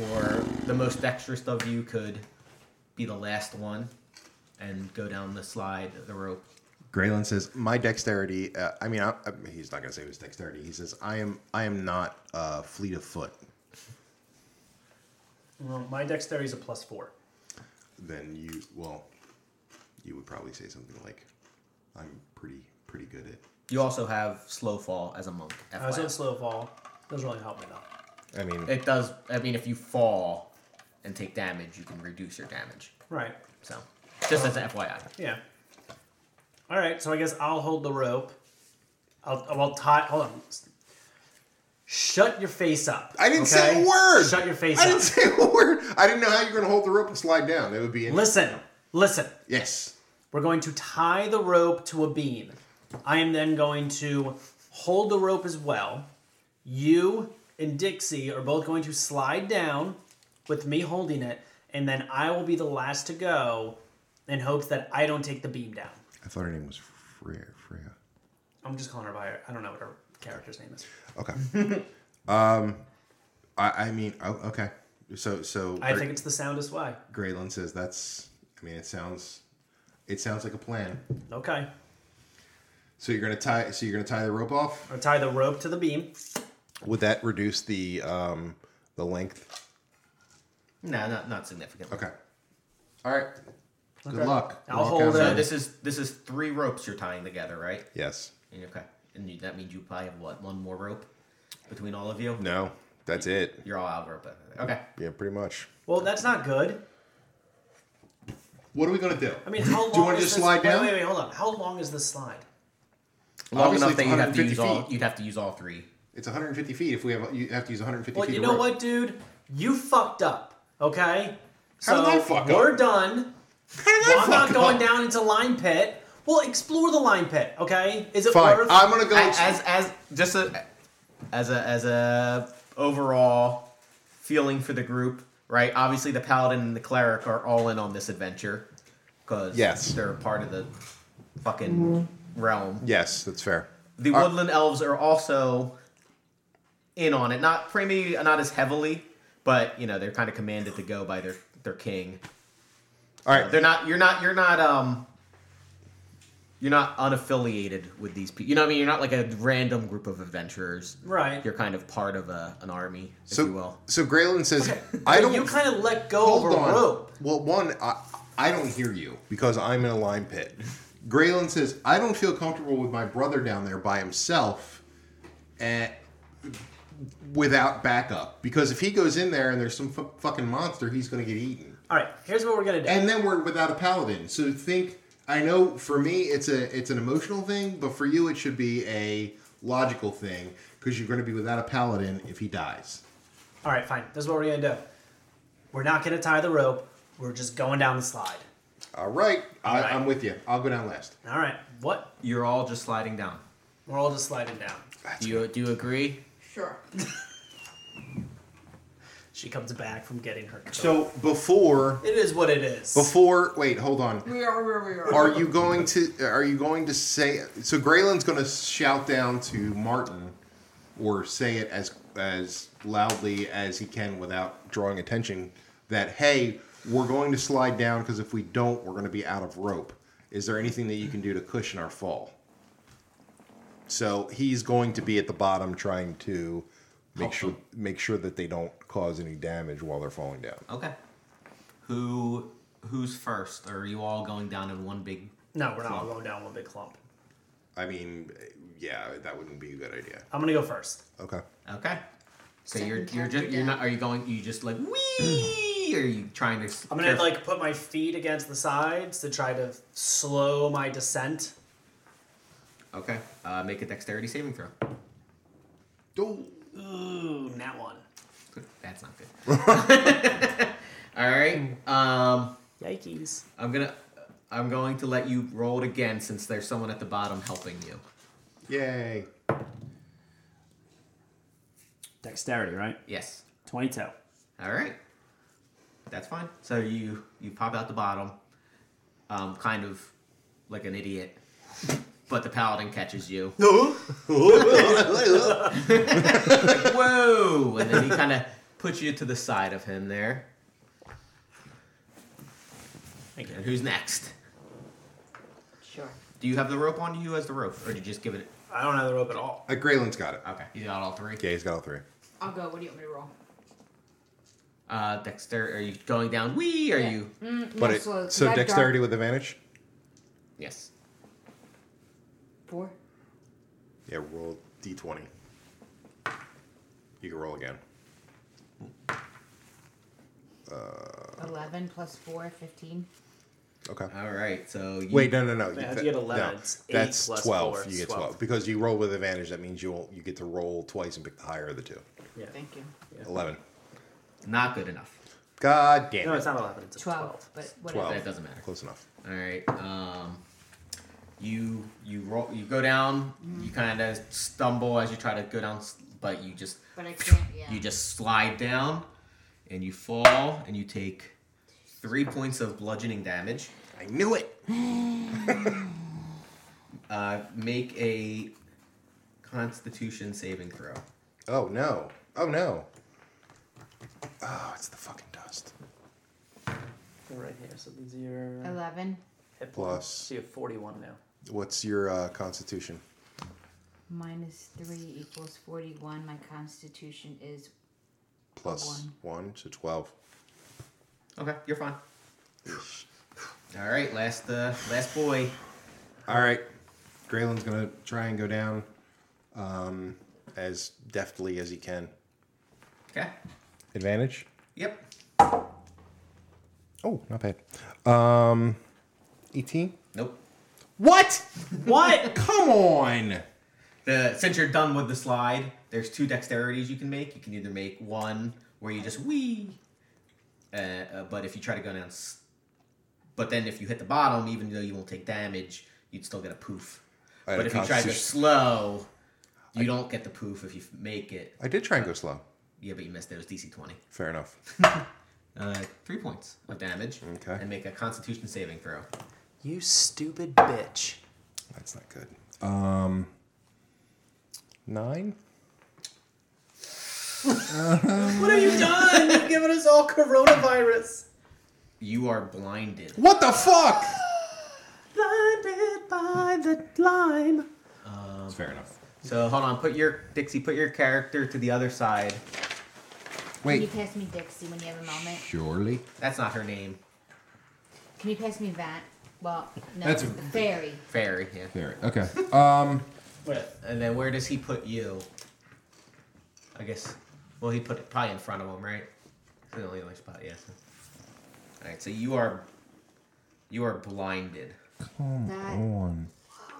Speaker 2: or the most dexterous of you could be the last one and go down the slide, the rope.
Speaker 4: Graylin says, "My dexterity. Uh, I mean, I, I, he's not going to say his dexterity. He says, I am. I am not uh, fleet of foot.
Speaker 3: Well, my dexterity is a plus four.
Speaker 4: Then you, well, you would probably say something like, I'm pretty, pretty good at.
Speaker 2: You also have slow fall as a monk.
Speaker 3: I was on
Speaker 2: FYI.
Speaker 3: slow fall. Doesn't really help me though.
Speaker 4: I mean,
Speaker 2: It does. I mean, if you fall and take damage, you can reduce your damage.
Speaker 3: Right.
Speaker 2: So, just as an FYI.
Speaker 3: Yeah. All right. So I guess I'll hold the rope. I'll, I'll tie. Hold on. Shut your face up.
Speaker 4: I didn't say a word.
Speaker 3: Shut your face
Speaker 4: I
Speaker 3: up.
Speaker 4: didn't say a word. I didn't know how you're going to hold the rope and slide down. That would be
Speaker 3: listen. Listen.
Speaker 4: yes.
Speaker 3: We're going to tie the rope to a beam. I am then going to hold the rope as well. You and Dixie are both going to slide down with me holding it, and then I will be the last to go in hopes that I don't take the beam down.
Speaker 4: I thought her name was Freya. Freya.
Speaker 3: I'm just calling her by her. I don't know what her character's name is.
Speaker 4: Okay. um, I, I mean, oh, okay. So, so
Speaker 3: I think it's the soundest way.
Speaker 4: Graylin says that's. I mean, it sounds, it sounds like a plan.
Speaker 3: Okay.
Speaker 4: So you're gonna tie. So you're gonna tie the rope off.
Speaker 3: I'll tie the rope to the beam.
Speaker 4: Would that reduce the um the length?
Speaker 2: No, not not significantly.
Speaker 4: Okay. All right. Good
Speaker 3: Okay.
Speaker 4: luck.
Speaker 3: I'll hold
Speaker 4: out
Speaker 3: it.
Speaker 2: So
Speaker 4: there.
Speaker 2: this is this is three ropes you're tying together, right?
Speaker 4: Yes.
Speaker 2: Okay. And you, that means you probably have what one more rope between all of you.
Speaker 4: No. That's it.
Speaker 2: You're all out of rope. after that. Okay.
Speaker 4: Yeah, pretty much.
Speaker 3: Well, that's not good.
Speaker 4: What are we gonna do?
Speaker 3: I mean, how long
Speaker 4: Do you want
Speaker 3: is
Speaker 4: to just
Speaker 3: this-
Speaker 4: slide
Speaker 3: wait,
Speaker 4: down?
Speaker 3: Wait, wait, hold on. How long is this slide?
Speaker 2: Long
Speaker 7: Obviously,
Speaker 2: enough
Speaker 7: it's
Speaker 2: that you'd have to
Speaker 7: 150
Speaker 2: use all.
Speaker 7: feet.
Speaker 2: You'd have to use all three.
Speaker 7: It's 150 feet. If we have, you have to use 150
Speaker 3: Well,
Speaker 7: feet.
Speaker 3: you
Speaker 7: of
Speaker 3: know
Speaker 7: rope.
Speaker 3: what, dude? You fucked up. Okay.
Speaker 7: How
Speaker 3: so
Speaker 7: did I fuck up?
Speaker 3: we're done. Well, I'm not
Speaker 7: fuck
Speaker 3: going
Speaker 7: up?
Speaker 3: down into line pit. Well, explore the line pit. Okay. Is it
Speaker 4: Fine.
Speaker 3: worth?
Speaker 4: I'm gonna go.
Speaker 2: A- as as just a as a as a overall feeling for the group, right? Obviously, the paladin and the cleric are all in on this adventure because
Speaker 4: Yes.
Speaker 2: they're part of the fucking realm.
Speaker 4: yes, that's fair.
Speaker 2: The
Speaker 4: Are-
Speaker 2: woodland elves are also in on it, not maybe not as heavily, but you know they're kind of commanded to go by their their king.
Speaker 4: All right.
Speaker 2: They're not. You're not. You're not. Um. You're not unaffiliated with these people. You know what I mean? You're not like a random group of adventurers.
Speaker 3: Right.
Speaker 2: You're kind of part of a, an army, if
Speaker 4: So,
Speaker 2: you will.
Speaker 4: so Graylin says, "I don't
Speaker 3: you kind of let go
Speaker 4: hold
Speaker 3: of a
Speaker 4: on.
Speaker 3: rope.
Speaker 4: Well, one, I, I don't hear you because I'm in a lime pit. Graylin says, "I don't feel comfortable with my brother down there by himself, and without backup. Because if he goes in there and there's some fu- fucking monster, he's going to get eaten.
Speaker 3: All right. Here's what we're gonna do.
Speaker 4: And then we're without a paladin. So think. I know for me, it's a it's an emotional thing, but for you, it should be a logical thing because you're going to be without a paladin if he dies.
Speaker 3: All right. Fine. This is what we're gonna do. We're not gonna tie the rope. We're just going down the slide.
Speaker 4: All right, I,
Speaker 3: All right.
Speaker 4: I'm with you. I'll go down last.
Speaker 3: All right. What?
Speaker 2: You're all just sliding down.
Speaker 3: We're all just sliding down.
Speaker 2: Do you do you agree?
Speaker 6: Sure.
Speaker 3: She comes back from getting her. coat.
Speaker 4: So before
Speaker 3: it is what it is.
Speaker 4: before wait, hold on.
Speaker 6: We are where we are.
Speaker 4: Are you going to are you going to say so Graylin's going to shout down to Martin or say it as as loudly as he can without drawing attention that hey, we're going to slide down because if we don't, we're going to be out of rope. Is there anything that you can do to cushion our fall? So he's going to be at the bottom trying to make sure make sure that they don't cause any damage while they're falling down.
Speaker 2: Okay. Who who's first? Or are you all going down in one big?
Speaker 3: no, we're not all going down one big clump.
Speaker 4: I mean, yeah, that wouldn't be a good idea.
Speaker 3: I'm gonna go first.
Speaker 4: Okay.
Speaker 2: Okay. So
Speaker 6: Second
Speaker 2: you're you're
Speaker 6: character
Speaker 2: just you're not.
Speaker 6: down.
Speaker 2: Are you going? You just like wee? are you trying to?
Speaker 3: I'm gonna like put my feet against the sides to try to slow my descent.
Speaker 2: Okay. Uh, make a dexterity saving throw.
Speaker 3: Ooh, that one.
Speaker 2: That's not good. all right. Um,
Speaker 3: Yikes.
Speaker 2: I'm gonna. I'm going to let you roll it again since there's someone at the bottom helping you.
Speaker 4: Yay.
Speaker 8: Dexterity, right?
Speaker 2: Yes.
Speaker 8: 22.
Speaker 2: All right. That's fine. So you you pop out the bottom, um, kind of like an idiot, but the paladin catches you.
Speaker 4: Uh,
Speaker 2: Whoa! And then he kind of puts you to the side of him there.
Speaker 3: Thank you.
Speaker 2: And who's next?
Speaker 6: Sure.
Speaker 2: Do you have the rope on you as the rope, or do you just give it?
Speaker 3: I don't have the rope at all.
Speaker 4: Uh, Graylin's got it.
Speaker 2: Okay, you got all three.
Speaker 4: Yeah, he's got all three.
Speaker 6: I'll go. What do you want me to roll?
Speaker 2: Uh, Dexter, are you going down? Wee? Are
Speaker 6: Yeah.
Speaker 2: you?
Speaker 6: Mm,
Speaker 4: But
Speaker 6: no,
Speaker 4: it,
Speaker 6: slow, 'cause
Speaker 4: so
Speaker 6: I've
Speaker 4: dexterity
Speaker 6: dropped
Speaker 4: with advantage?
Speaker 2: Yes.
Speaker 6: Four.
Speaker 4: Yeah, roll D twenty. You can roll again.
Speaker 6: 11 plus 4, 15.
Speaker 4: Okay.
Speaker 2: All right. So you,
Speaker 4: Wait, no, no, no.
Speaker 3: Yeah, Uh, you get 11.
Speaker 4: no,
Speaker 3: It's eight
Speaker 4: that's
Speaker 3: plus
Speaker 4: twelve.
Speaker 3: four.
Speaker 4: you get
Speaker 3: 12.
Speaker 4: twelve. because you roll with advantage. That means you'll you get to roll twice and pick the higher of the two.
Speaker 6: Thank you.
Speaker 4: Eleven.
Speaker 2: not good enough.
Speaker 4: God damn
Speaker 3: No,
Speaker 4: it.
Speaker 3: it's not 11. It's a
Speaker 6: 12,
Speaker 3: 12.
Speaker 6: but whatever.
Speaker 4: Twelve.
Speaker 2: That doesn't matter.
Speaker 4: Close enough.
Speaker 2: All right. Um, you you roll. You go down. You kind of stumble as you try to go down, s- but you just
Speaker 6: But I can't, yeah.
Speaker 2: you just slide down, and you fall, and you take three points of bludgeoning damage.
Speaker 4: I knew it.
Speaker 2: Uh, make a Constitution saving throw.
Speaker 4: Oh no. Oh no. Oh, it's the fucking dust.
Speaker 8: Right here. So these are
Speaker 6: 11
Speaker 8: hit
Speaker 4: Plus.
Speaker 8: So you have 41 now.
Speaker 4: What's your uh, constitution?
Speaker 6: minus 3 equals 41. My constitution is
Speaker 4: plus one. so 12.
Speaker 2: Okay, you're fine. All right, last uh, last boy.
Speaker 4: All right. Graylin's going to try and go down um, as deftly as he can.
Speaker 2: Okay.
Speaker 4: Advantage?
Speaker 2: Yep.
Speaker 4: Oh, not bad. Um, 18?
Speaker 2: Nope. What?
Speaker 3: What?
Speaker 7: Come on.
Speaker 2: The since you're done with the slide, there's two dexterities you can make. You can either make one where you just wee, uh, uh, but if you try to go down, s- but then if you hit the bottom, even though you won't take damage, you'd still get a poof.
Speaker 4: I had
Speaker 2: But
Speaker 4: a
Speaker 2: if you try to go
Speaker 4: constitution-
Speaker 2: slow, you don't get the poof if you f- make it.
Speaker 4: I did try and go slow.
Speaker 2: Yeah, but you missed it. It was DC 20.
Speaker 4: Fair enough.
Speaker 2: Uh, three points of damage.
Speaker 4: Okay.
Speaker 2: And make a constitution saving throw.
Speaker 3: You stupid bitch.
Speaker 4: That's not good. Um, nine.
Speaker 3: What have you done? You've given us all coronavirus.
Speaker 2: You are blinded.
Speaker 4: What the fuck?
Speaker 3: Blinded by the lime.
Speaker 7: That's fair enough.
Speaker 2: So hold on, put your Dixie, put your character to the other side.
Speaker 6: Can you
Speaker 7: Wait.
Speaker 6: pass me Dixie when you have a moment?
Speaker 7: Surely.
Speaker 2: That's not her name.
Speaker 6: Can you pass me that? Well, no,
Speaker 7: That's a-
Speaker 6: the fairy.
Speaker 2: Fairy, yeah.
Speaker 7: There. Okay. Um.
Speaker 3: With
Speaker 2: And then where does he put you? I guess. Well, he put it probably in front of him, right? It's the only other spot, yeah. so. All right, so you are, you are blinded
Speaker 4: Mm.
Speaker 6: That,
Speaker 4: One.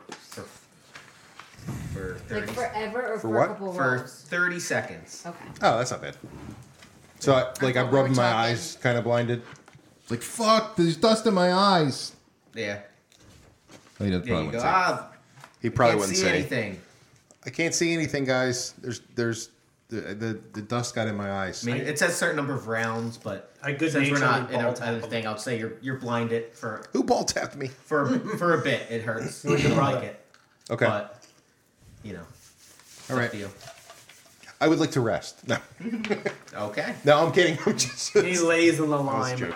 Speaker 2: for for
Speaker 6: like
Speaker 2: thirty
Speaker 6: forever or for,
Speaker 4: what?
Speaker 6: a couple
Speaker 2: for
Speaker 6: rolls?
Speaker 2: thirty seconds.
Speaker 6: Okay.
Speaker 4: Oh, that's not bad. So, I, like, I'm rubbing my eyes, kind of blinded.
Speaker 7: It's like fuck. There's dust in my eyes. Oh,
Speaker 2: Yeah.
Speaker 7: He doesn't
Speaker 2: Yeah. You go.
Speaker 7: say it.
Speaker 2: Ah,
Speaker 4: He
Speaker 2: I
Speaker 4: probably
Speaker 2: can't
Speaker 4: wouldn't
Speaker 2: see
Speaker 4: say.
Speaker 2: anything.
Speaker 4: I can't see anything, guys. There's, there's, the, the, the dust got in my eyes.
Speaker 2: I mean, it says certain number of rounds, but
Speaker 3: I good
Speaker 2: since we're not
Speaker 3: naturedly
Speaker 2: in a,
Speaker 3: ball tackled
Speaker 2: other thing, I'll say you're you're blinded for
Speaker 4: Who ball tapped me?
Speaker 2: for for a bit. It hurts. I don't like
Speaker 3: brother.
Speaker 2: it,
Speaker 4: Okay.
Speaker 2: but you know,
Speaker 4: All right.
Speaker 2: deal.
Speaker 4: I would like to rest. No,
Speaker 2: Okay.
Speaker 4: no, I'm kidding. I'm just.
Speaker 3: He lays in the
Speaker 4: That's a
Speaker 3: lime.
Speaker 4: joke.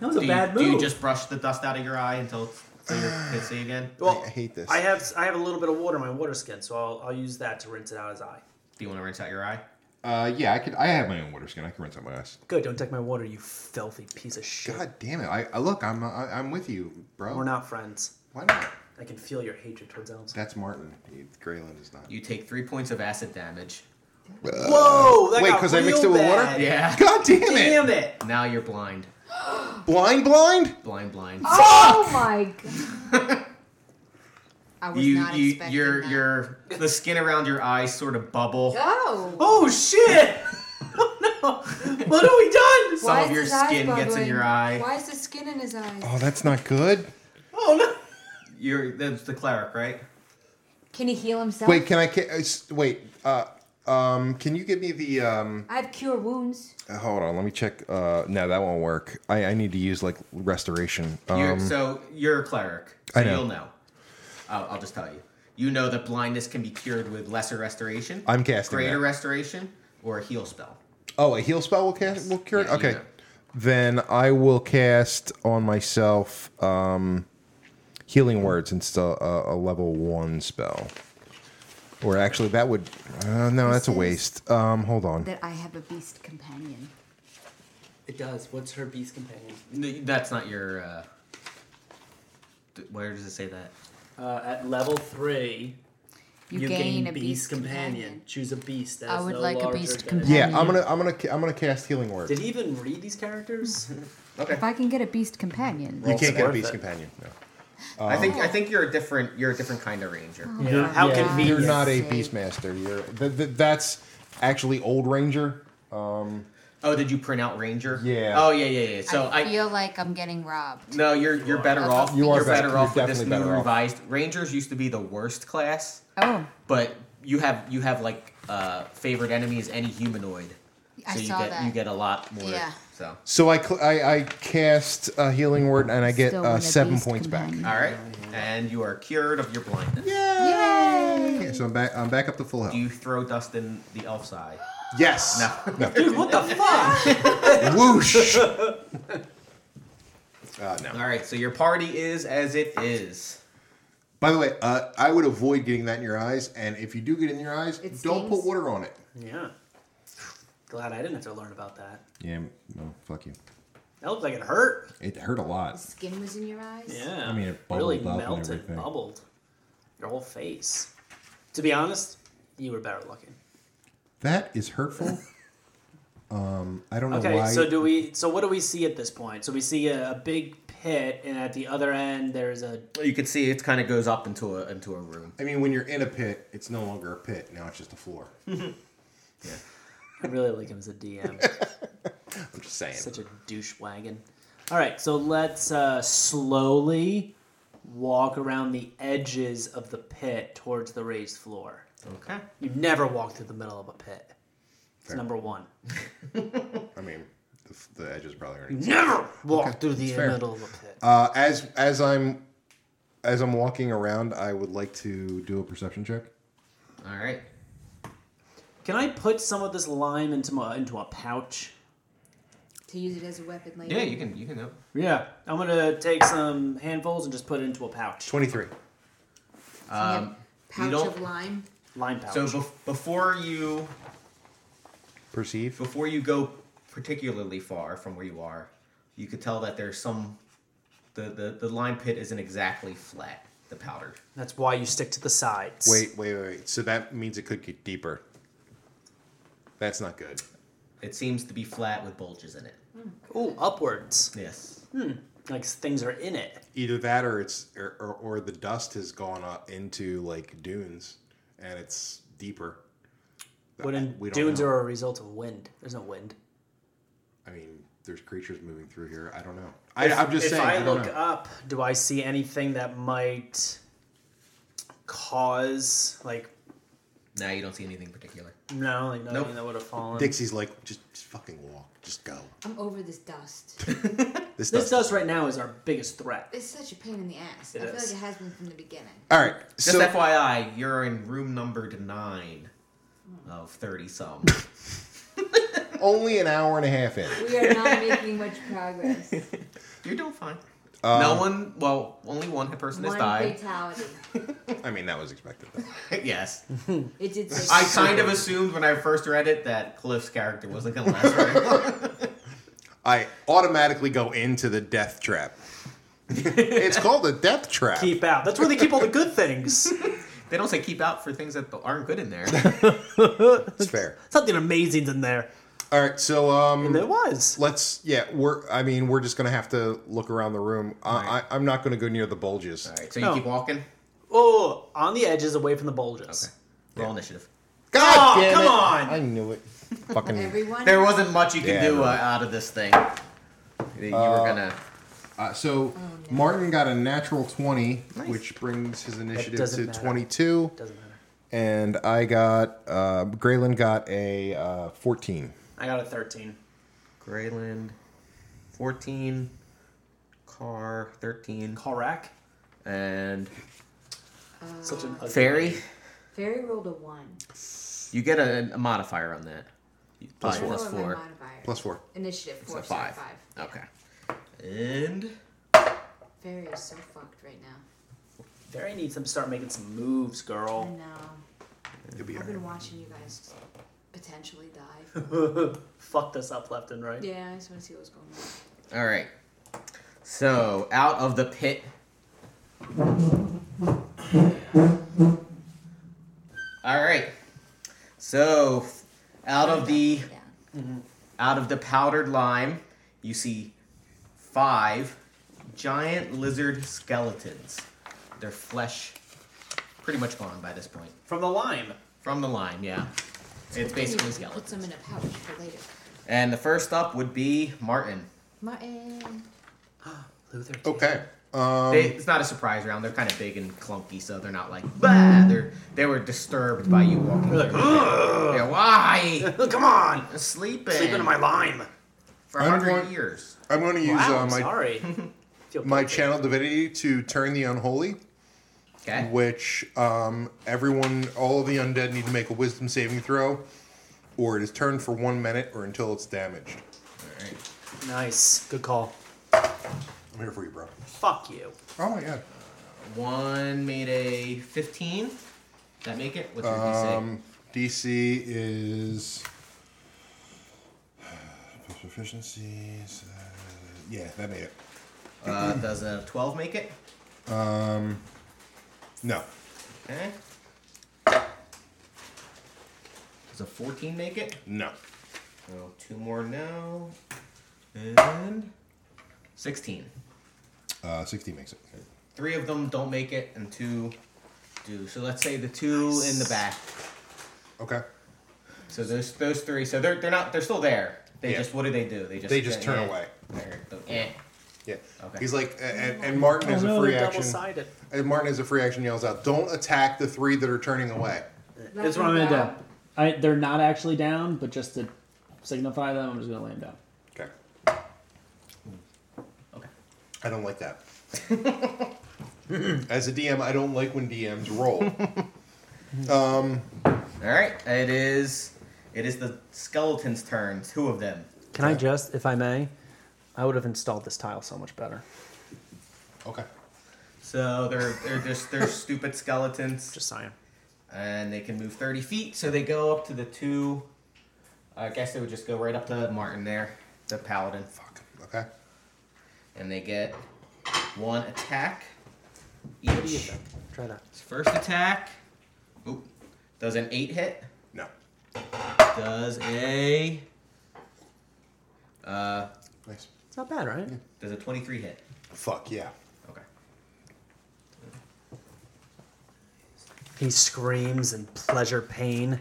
Speaker 8: That was a
Speaker 2: Do you,
Speaker 8: bad
Speaker 2: do you
Speaker 8: move.
Speaker 2: just brush the dust out of your eye until it's- so you can see again? Do
Speaker 3: Well,
Speaker 4: I hate this.
Speaker 3: I have I have a little bit of water in my water skin, so I'll, I'll use that to rinse it out his eye.
Speaker 2: you want to rinse out your eye?
Speaker 7: Uh, yeah, I could. I have my own water skin. I can rinse out my eyes.
Speaker 3: Good, don't take my water, you filthy piece of shit.
Speaker 7: God damn it! I, I look. I'm. I, I'm with you, bro.
Speaker 3: We're not friends.
Speaker 7: Why not?
Speaker 3: I can feel your hatred towards elves.
Speaker 7: That's Martin. He, Grayland is not.
Speaker 2: You take three points of acid damage.
Speaker 3: Whoa! That
Speaker 4: uh, wait,
Speaker 3: got
Speaker 4: 'cause I mixed
Speaker 3: real
Speaker 4: it with water?
Speaker 3: bad.
Speaker 2: Yeah.
Speaker 4: God damn it!
Speaker 3: Damn it!
Speaker 2: Now you're blind.
Speaker 4: Blind, blind.
Speaker 2: Blind, blind.
Speaker 6: Oh my god. I was
Speaker 2: you,
Speaker 6: not
Speaker 2: you,
Speaker 6: expecting
Speaker 2: your,
Speaker 6: that.
Speaker 2: your, the skin around your eyes sort of bubble.
Speaker 6: Oh.
Speaker 3: Oh shit! Oh no! What have we done?
Speaker 2: Some
Speaker 6: Why
Speaker 2: of
Speaker 6: is
Speaker 2: your
Speaker 6: his eyes
Speaker 2: skin gets in
Speaker 6: bubbling?
Speaker 2: your eye.
Speaker 6: Why is the skin in his eyes?
Speaker 4: Oh, that's not good.
Speaker 3: Oh no!
Speaker 2: You're that's the cleric, right?
Speaker 6: Can he heal himself?
Speaker 4: Wait, can I? Can, uh, s- wait. Uh, um, can you give me the? Um,
Speaker 6: I have cure wounds.
Speaker 4: uh, hold on. Let me check. Uh, no, that won't work. I, I need to use like restoration.
Speaker 2: You're,
Speaker 4: Um,
Speaker 2: so you're a cleric. So
Speaker 4: I know.
Speaker 2: You'll know. I'll, I'll just tell you. You know that blindness can be cured with lesser restoration.
Speaker 4: I'm casting
Speaker 2: greater
Speaker 4: that.
Speaker 2: restoration or a heal spell.
Speaker 4: oh, a heal spell will cast. Will cure. it?
Speaker 2: Yeah, you
Speaker 4: okay.
Speaker 2: know.
Speaker 4: Then I will cast on myself um, healing words instead uh, a level one spell. Or actually, that would uh, no, that's a
Speaker 6: says-
Speaker 4: waste. Um, hold on.
Speaker 6: That I have a beast companion.
Speaker 3: It does. What's her beast companion?
Speaker 2: N- That's not your. Uh, th- where does it say that?
Speaker 3: Uh, at level three,
Speaker 6: You, gain, a beast, companion.
Speaker 3: Choose a beast. That
Speaker 6: I
Speaker 3: is
Speaker 6: would
Speaker 3: no
Speaker 6: like a
Speaker 3: larger
Speaker 6: beast
Speaker 3: than-
Speaker 6: companion.
Speaker 4: Yeah, I'm gonna, I'm gonna, ca- I'm gonna cast healing word.
Speaker 3: Did he even read these characters?
Speaker 6: If I can get a beast companion,
Speaker 4: You can't get a
Speaker 3: Worth
Speaker 4: beast
Speaker 3: it.
Speaker 4: companion. No.
Speaker 2: I think I think you're a different you're a different kind of ranger.
Speaker 6: Uh-huh. oh
Speaker 3: Yeah. How
Speaker 8: Yeah.
Speaker 3: convenient.
Speaker 4: You're not a
Speaker 6: Yes.
Speaker 4: Beastmaster. You're th- th- that's actually Old Ranger.
Speaker 2: Oh, did you print out ranger?
Speaker 4: Yeah.
Speaker 2: Oh yeah yeah yeah. So I,
Speaker 6: I feel like I'm getting robbed.
Speaker 2: no you're you're better
Speaker 6: You
Speaker 2: off.
Speaker 6: are
Speaker 2: You are
Speaker 4: better.
Speaker 2: better,
Speaker 4: You're
Speaker 2: off with this
Speaker 4: definitely
Speaker 2: new
Speaker 4: better off.
Speaker 2: revised. Rangers used to be the worst class,
Speaker 6: Oh,
Speaker 2: but you have you have like uh, favorite enemy is any humanoid.
Speaker 6: I
Speaker 2: so you
Speaker 6: saw
Speaker 2: get
Speaker 6: that.
Speaker 2: you get a lot more.
Speaker 6: Yeah.
Speaker 2: So
Speaker 4: So I cl- I, I cast a healing word and I get
Speaker 6: Still
Speaker 4: uh,
Speaker 6: want a
Speaker 4: seven
Speaker 6: beast
Speaker 4: points
Speaker 6: companion.
Speaker 2: all right, and you are cured of your blindness.
Speaker 4: back. Yeah. So I'm back. I'm back up to full health.
Speaker 2: Do you throw dust in the elf's eye?
Speaker 4: yes.
Speaker 2: No.
Speaker 3: Dude, what the fuck?
Speaker 4: Whoosh. uh, no.
Speaker 2: All right, so your party is as it is.
Speaker 7: By the way, uh, I would avoid getting that in your eyes, and if you do get it in your eyes,
Speaker 6: It
Speaker 7: don't
Speaker 6: stings.
Speaker 7: put water on it.
Speaker 3: yeah. Glad I didn't have to learn about that.
Speaker 7: Yeah. Well, fuck you.
Speaker 3: That looked like it hurt.
Speaker 7: It hurt a lot.
Speaker 6: skin was in your eyes.
Speaker 3: Yeah.
Speaker 7: I mean, it
Speaker 3: really
Speaker 7: bubbled up and
Speaker 3: melted,
Speaker 7: everything.
Speaker 3: bubbled. Your whole face. To be honest, you were better looking.
Speaker 7: That is hurtful. um, I don't know
Speaker 3: Okay,
Speaker 7: why.
Speaker 3: so do we? So what do we see at this point? So we see a, a big pit, and at the other end there's a
Speaker 2: You can see it kind of goes up into a into a room.
Speaker 7: I mean, when you're in a pit, it's no longer a pit. Now it's just a floor.
Speaker 3: Hmm. I really like him as a DM.
Speaker 7: I'm just saying.
Speaker 3: Such a douche wagon. All right, so let's uh, slowly walk around the edges of the pit towards the raised floor.
Speaker 2: Okay.
Speaker 3: You never walk through the middle of a pit. It's number one.
Speaker 7: I mean, the, the edges probably aren't.
Speaker 3: Never walk through the middle of a pit.
Speaker 4: Uh, as as I'm as I'm walking around, I would like to do a perception check.
Speaker 2: All right.
Speaker 3: Can I put some of this lime into my into a pouch?
Speaker 6: to use it as a weapon later.
Speaker 2: Yeah, you can you can know.
Speaker 3: Yeah, I'm gonna take some handfuls and just put it into a pouch,
Speaker 4: Twenty three.
Speaker 2: Um,
Speaker 6: pouch
Speaker 2: you don't-
Speaker 6: of lime.
Speaker 3: lime pouch.
Speaker 2: so bef- before you
Speaker 4: Perceive.
Speaker 2: before you go particularly far from where you are, you could tell that there's some the the, the lime pit isn't exactly flat. The powder.
Speaker 3: That's why you stick to the sides.
Speaker 4: Wait, wait, wait, wait. So that means it could get deeper. That's not good.
Speaker 2: It seems to be flat with bulges in it.
Speaker 3: Ooh, upwards.
Speaker 2: Yes.
Speaker 3: Like things are in it.
Speaker 4: Either that, or it's or, or, or the dust has gone up into like dunes, and it's deeper.
Speaker 3: Wouldn't
Speaker 4: We don't
Speaker 3: dunes
Speaker 4: know.
Speaker 3: are a result of wind. There's no wind.
Speaker 4: I mean, there's creatures moving through here. I don't know. I, I'm just
Speaker 3: if
Speaker 4: saying.
Speaker 3: I,
Speaker 4: I, don't
Speaker 3: look
Speaker 4: know.
Speaker 3: up, do I see anything that might cause like
Speaker 2: Now you don't see anything particular.
Speaker 3: no, like nothing
Speaker 2: Nope.
Speaker 3: that would have fallen?
Speaker 4: Dixie's like, just, just fucking walk, just go.
Speaker 6: I'm over this dust.
Speaker 4: This,
Speaker 3: This
Speaker 4: does.
Speaker 3: dust right now is our biggest threat.
Speaker 6: It's such a pain in the ass.
Speaker 3: It
Speaker 6: I feel
Speaker 3: is.
Speaker 6: like it has been from the beginning.
Speaker 4: All right.
Speaker 2: Just
Speaker 4: So
Speaker 2: FYI, you're in room numbered nine of thirty some.
Speaker 4: only an hour and a half in.
Speaker 6: We are not making much progress.
Speaker 2: you're doing fine.
Speaker 4: Um,
Speaker 2: no one. Well, only one person has
Speaker 6: One
Speaker 2: died.
Speaker 6: fatality.
Speaker 4: I mean, that was expected. though.
Speaker 2: yes.
Speaker 6: It did say
Speaker 2: I kind of assumed when I first read it that Cliff's character wasn't gonna last very long.
Speaker 4: I automatically go into the death trap. it's called a death trap.
Speaker 3: Keep out. That's where they keep all the good things.
Speaker 2: They don't say keep out for things that aren't good in there.
Speaker 4: It's fair.
Speaker 3: Something amazing's in there.
Speaker 4: All right. So um,
Speaker 3: And there was.
Speaker 4: let's yeah. We're I mean, we're just gonna have to look around the room. I, I I'm not gonna go near the bulges.
Speaker 2: All right, so you
Speaker 3: No.
Speaker 2: keep walking.
Speaker 3: Oh, on the edges, away from the bulges.
Speaker 2: Okay. Roll initiative.
Speaker 4: God
Speaker 3: Oh,
Speaker 4: damn
Speaker 3: come
Speaker 4: it.
Speaker 3: on.
Speaker 4: I knew it. Fucking.
Speaker 6: everyone.
Speaker 2: There wasn't much you could
Speaker 4: Yeah,
Speaker 2: do uh,
Speaker 4: no.
Speaker 2: out of this thing. You you were gonna.
Speaker 7: Uh,
Speaker 3: Oh,
Speaker 7: so Martin got a natural twenty, which brings his initiative
Speaker 3: doesn't
Speaker 7: to
Speaker 3: matter.
Speaker 7: twenty.
Speaker 4: 22,
Speaker 3: Doesn't matter.
Speaker 4: and I got uh, Graylin got a uh, 14.
Speaker 3: I got a thirteen.
Speaker 2: Grayland, fourteen. Car, thirteen.
Speaker 3: Korak.
Speaker 2: And
Speaker 3: Such an ugly
Speaker 2: fairy.
Speaker 6: Fairy rolled a one.
Speaker 2: You get a, a modifier on that. Plus
Speaker 6: I don't know
Speaker 2: Plus
Speaker 6: what my
Speaker 2: four.
Speaker 6: modifier-
Speaker 4: Plus four.
Speaker 6: Initiative four.
Speaker 2: So
Speaker 6: so
Speaker 2: five.
Speaker 6: five.
Speaker 2: Okay. And
Speaker 6: Fairy is so fucked right now.
Speaker 3: Fairy needs them to start making some moves,
Speaker 2: Oh.
Speaker 6: I
Speaker 3: girl.
Speaker 6: know.
Speaker 4: You'll be all
Speaker 6: I've
Speaker 4: right.
Speaker 6: been watching you guys potentially die.
Speaker 3: Fuck this up left and right.
Speaker 6: yeah, I just want to see what's going on.
Speaker 2: all right. So out of the pit. All right. So out of the
Speaker 6: Yeah.
Speaker 2: out of the powdered lime, you see five giant lizard skeletons. Their flesh pretty much gone by this point.
Speaker 3: From the lime.
Speaker 2: From the lime, yeah. It's basically
Speaker 6: Maybe we Put some
Speaker 2: skeletons.
Speaker 6: in a pouch for later.
Speaker 2: And the first up would be Martin.
Speaker 6: Martin.
Speaker 3: Luther. King.
Speaker 4: Okay. Um,
Speaker 2: They, it's not a surprise round. They're kind of big and clunky, so they're not like bah. They're they were disturbed by you walking.
Speaker 3: They're like,
Speaker 2: through. Yeah, why?
Speaker 3: "Ugh, come on.
Speaker 2: Sleeping.
Speaker 3: Sleeping in my lime.
Speaker 2: for
Speaker 4: I'm
Speaker 2: hundred
Speaker 4: going-
Speaker 2: years.
Speaker 4: I'm going to use
Speaker 3: Wow,
Speaker 4: uh,
Speaker 3: I'm
Speaker 4: my
Speaker 3: sorry. Feel
Speaker 4: my
Speaker 3: guilty.
Speaker 4: channel divinity to turn the unholy,
Speaker 2: Okay.
Speaker 4: which um, everyone, all of the undead need to make a wisdom saving throw, or it is turned for one minute or until it's damaged.
Speaker 3: Nice. Good call.
Speaker 4: I'm here for you, bro.
Speaker 3: Fuck you.
Speaker 4: Oh my god.
Speaker 2: One made a fifteen. That make it. What's your
Speaker 4: Um, DC is plus proficiencies. Uh, yeah, that made it.
Speaker 2: DC? Uh, does a twelve make it?
Speaker 4: No,
Speaker 2: Okay. Does a fourteen make it?
Speaker 4: no.
Speaker 2: So two more now, and sixteen.
Speaker 4: Uh, 16 makes it.
Speaker 2: Three of them don't make it, and two do. So let's say the two in the back.
Speaker 4: Okay.
Speaker 2: So those those three. So they're they're not they're still there. They
Speaker 4: Yeah.
Speaker 2: just what do they do? They just
Speaker 4: They just turn
Speaker 2: eh,
Speaker 4: away.
Speaker 2: they're- eh.
Speaker 4: Yeah.
Speaker 2: Okay.
Speaker 4: He's like, a- and, and Martin is a free action. And Martin is a free action yells out, "Don't attack the three that are turning away."
Speaker 8: That's what I'm gonna do. I they're not actually down, but just to signify them, I'm just gonna lay them down.
Speaker 4: Okay.
Speaker 2: Okay.
Speaker 4: Hmm. I don't like that. As a DM, I don't like when DMs roll. um,
Speaker 2: All right. It is it is the skeletons' turn. Two of them.
Speaker 9: Can I just, if I may, I would have installed this tile so much better.
Speaker 4: okay.
Speaker 2: So they're they're just they're stupid skeletons,
Speaker 9: Just saying.
Speaker 2: and they can move thirty feet. So they go up to the two. I guess they would just go right up to Martin there, the paladin. Fuck.
Speaker 4: Okay.
Speaker 2: And they get one attack each.
Speaker 9: Try that.
Speaker 2: His first attack. Oop. Does an eight hit?
Speaker 4: No.
Speaker 2: Does a uh
Speaker 4: Nice.
Speaker 9: It's not bad, right?
Speaker 2: does a twenty three hit?
Speaker 4: Fuck yeah.
Speaker 2: Okay.
Speaker 9: He screams in pleasure pain.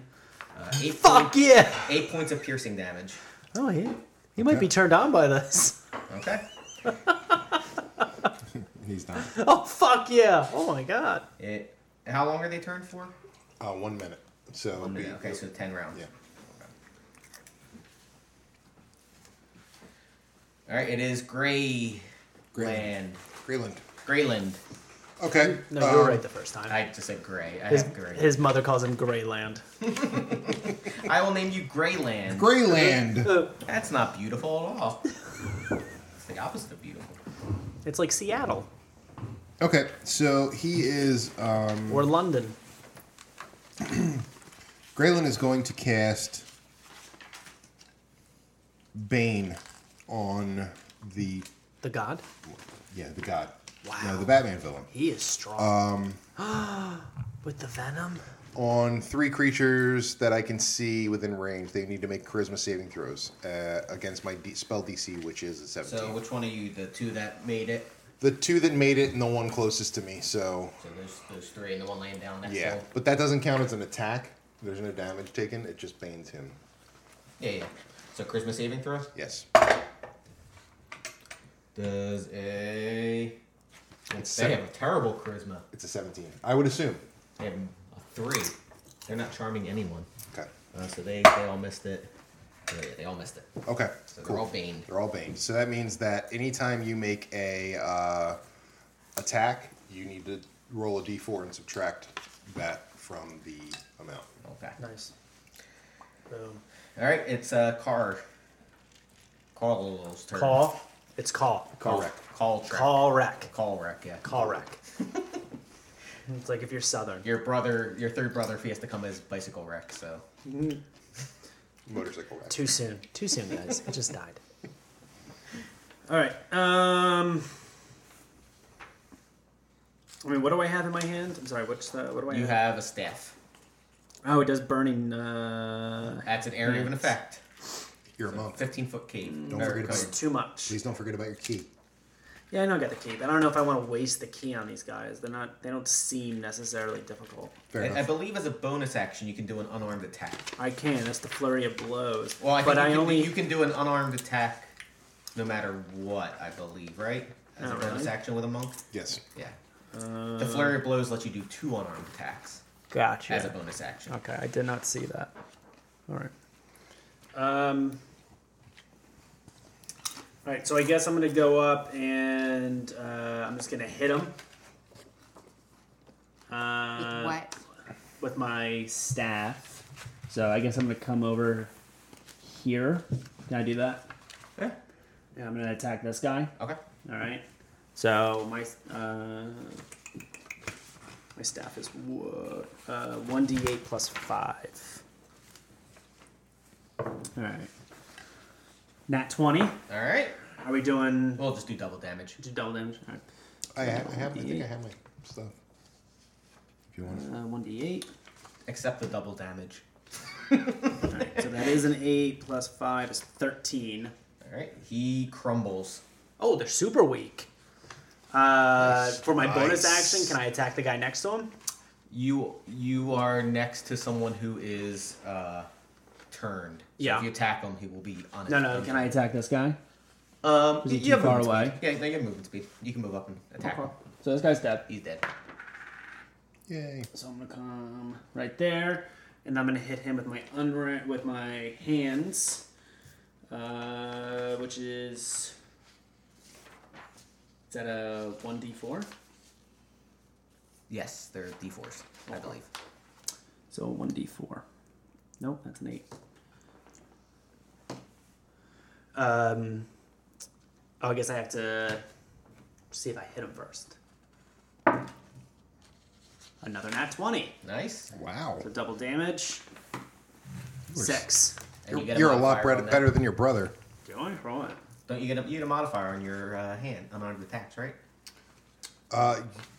Speaker 2: Uh, eight
Speaker 9: Fuck
Speaker 2: point-
Speaker 9: yeah!
Speaker 2: Eight points of piercing damage.
Speaker 9: Oh, yeah. He might be turned on by this.
Speaker 2: Okay.
Speaker 4: He's done.
Speaker 9: Oh, fuck yeah! Oh my god.
Speaker 2: It. How long are they turned for?
Speaker 4: Uh, one minute. So it'll
Speaker 2: One
Speaker 4: be-
Speaker 2: minute. Okay, so ten rounds.
Speaker 4: yeah.
Speaker 2: All right. It is Gray. Land.
Speaker 4: Greenland.
Speaker 2: Grayland.
Speaker 4: Okay.
Speaker 9: No, you were
Speaker 4: um,
Speaker 9: right the first time.
Speaker 2: I just said Gray. I
Speaker 9: his,
Speaker 2: have Gray.
Speaker 9: his mother calls him Greyland.
Speaker 2: I will name you Grayland.
Speaker 4: Greenland.
Speaker 2: That's not beautiful at all. it's the opposite of beautiful.
Speaker 9: It's like Seattle
Speaker 4: okay. So he is. Um,
Speaker 9: or London.
Speaker 4: Grayland is going to cast Bane on the
Speaker 9: The god?
Speaker 4: yeah the god. No,
Speaker 9: Wow.
Speaker 4: the Batman villain.
Speaker 9: He is strong. Um. With the venom?
Speaker 4: on three creatures that I can see within range. They need to make charisma saving throws uh, against my D- spell DC, which is a 17.
Speaker 2: So which one of you, the two that made it?
Speaker 4: the two that made it and the one closest to me, so
Speaker 2: So there's those three and the one laying down next to
Speaker 4: yeah.
Speaker 2: him.
Speaker 4: But that doesn't count as an attack. There's no damage taken. It just banes him.
Speaker 2: Yeah, yeah. So Christmas saving throw?
Speaker 4: Yes.
Speaker 2: Does a
Speaker 4: It's,
Speaker 2: they
Speaker 4: sev-
Speaker 2: have a terrible charisma.
Speaker 4: it's a 17. I would assume.
Speaker 2: They have a three. They're not charming anyone.
Speaker 4: Okay.
Speaker 2: Uh, so they, they all missed it. Yeah, yeah, they all missed it.
Speaker 4: Okay.
Speaker 2: So they're all baned.
Speaker 4: They're all baned. So that means that anytime you make a uh, attack, you need to roll a d4 and subtract that from the amount.
Speaker 2: Okay.
Speaker 9: Nice. Boom.
Speaker 2: All right, it's uh, Car. Carl's turn.
Speaker 9: Call. It's call.
Speaker 2: Call.
Speaker 4: Correct.
Speaker 2: Call. Track.
Speaker 9: Call wreck.
Speaker 2: Call wreck. Yeah.
Speaker 9: Call wreck. it's like if you're southern.
Speaker 2: Your brother, your third brother, if he has to come as bicycle wreck. So.
Speaker 4: Motorcycle ride.
Speaker 9: Too soon. Too soon, guys. I just died.
Speaker 3: All right. Um. I mean, what do I have in my hand? I'm sorry. What's the what do I
Speaker 2: You
Speaker 3: have?
Speaker 2: have a staff.
Speaker 3: Oh, it does burning. Uh,
Speaker 2: That's an area of an
Speaker 3: Yes.
Speaker 2: effect.
Speaker 4: You're a monk.
Speaker 2: 15 foot cave.
Speaker 4: Mm. Don't
Speaker 2: Or
Speaker 4: forget about
Speaker 2: code.
Speaker 4: it.
Speaker 3: too much.
Speaker 4: Please don't forget about your key.
Speaker 3: Yeah, I know I got the key, but I don't know if I want to waste the key on these guys. They're not. They don't seem necessarily difficult.
Speaker 4: Fair
Speaker 2: I, I
Speaker 4: enough.
Speaker 2: believe as a bonus action, you can do an unarmed attack.
Speaker 3: I can. That's the flurry of blows.
Speaker 2: Well, I think
Speaker 3: but
Speaker 2: you,
Speaker 3: I
Speaker 2: can,
Speaker 3: only.
Speaker 2: you can do an unarmed attack no matter what, I believe, right? As a
Speaker 3: Not
Speaker 2: bonus
Speaker 3: really. Uh,
Speaker 2: action with a monk?
Speaker 4: yes.
Speaker 2: Yeah. the Flurry of Blows lets you do two unarmed attacks
Speaker 9: Gotcha.
Speaker 2: as a bonus action.
Speaker 9: okay, I did not see that. All right.
Speaker 3: Um. All right, so I guess I'm gonna go up and uh, I'm just gonna hit him. Uh,
Speaker 6: With what?
Speaker 3: with my staff. So I guess I'm gonna come over here. Can I do that?
Speaker 2: Yeah.
Speaker 3: And I'm gonna attack this guy.
Speaker 2: Okay.
Speaker 3: All right. So my uh, my staff is uh, one d eight plus five. All right. Nat twenty.
Speaker 2: All right.
Speaker 3: Are we doing
Speaker 2: We'll just do double damage.
Speaker 3: do double damage? All right.
Speaker 4: I have, I have. I think I have my stuff. If you want.
Speaker 3: Uh, One d eight.
Speaker 2: Except the double damage.
Speaker 3: All right. So that is an eight plus five is thirteen.
Speaker 2: All right. He crumbles.
Speaker 9: Oh, they're super weak.
Speaker 3: Uh, for my bonus
Speaker 4: Nice.
Speaker 3: action, can I attack the guy next to him?
Speaker 2: You you are next to someone who is uh, turned. So
Speaker 3: Yeah.
Speaker 2: If you attack him, he will be on.
Speaker 3: No, no,
Speaker 8: Can I attack this guy?
Speaker 2: Um,
Speaker 8: Is he
Speaker 2: you
Speaker 8: too
Speaker 2: have
Speaker 8: far
Speaker 2: movement
Speaker 8: away?
Speaker 2: speed. Yeah, no, you have movement speed. You can move up and attack him.
Speaker 8: So this guy's dead.
Speaker 2: He's dead.
Speaker 4: Yay.
Speaker 8: So I'm gonna come right there, and I'm gonna hit him with my under with my hands, uh, which is is that a one d four?
Speaker 2: Yes, they're D4s, I believe.
Speaker 8: So one d four. Nope, that's an eight.
Speaker 3: Um, oh, I guess I have to see if I hit him first. Another nat 20.
Speaker 2: Nice.
Speaker 4: Wow.
Speaker 3: So double damage. Six.
Speaker 2: And you get
Speaker 4: You're a lot
Speaker 2: modifier
Speaker 4: better,
Speaker 2: on that.
Speaker 4: better than your brother.
Speaker 3: Going for it.
Speaker 2: Don't you get a you get a modifier on your uh, hand on your attacks, right?
Speaker 4: Uh,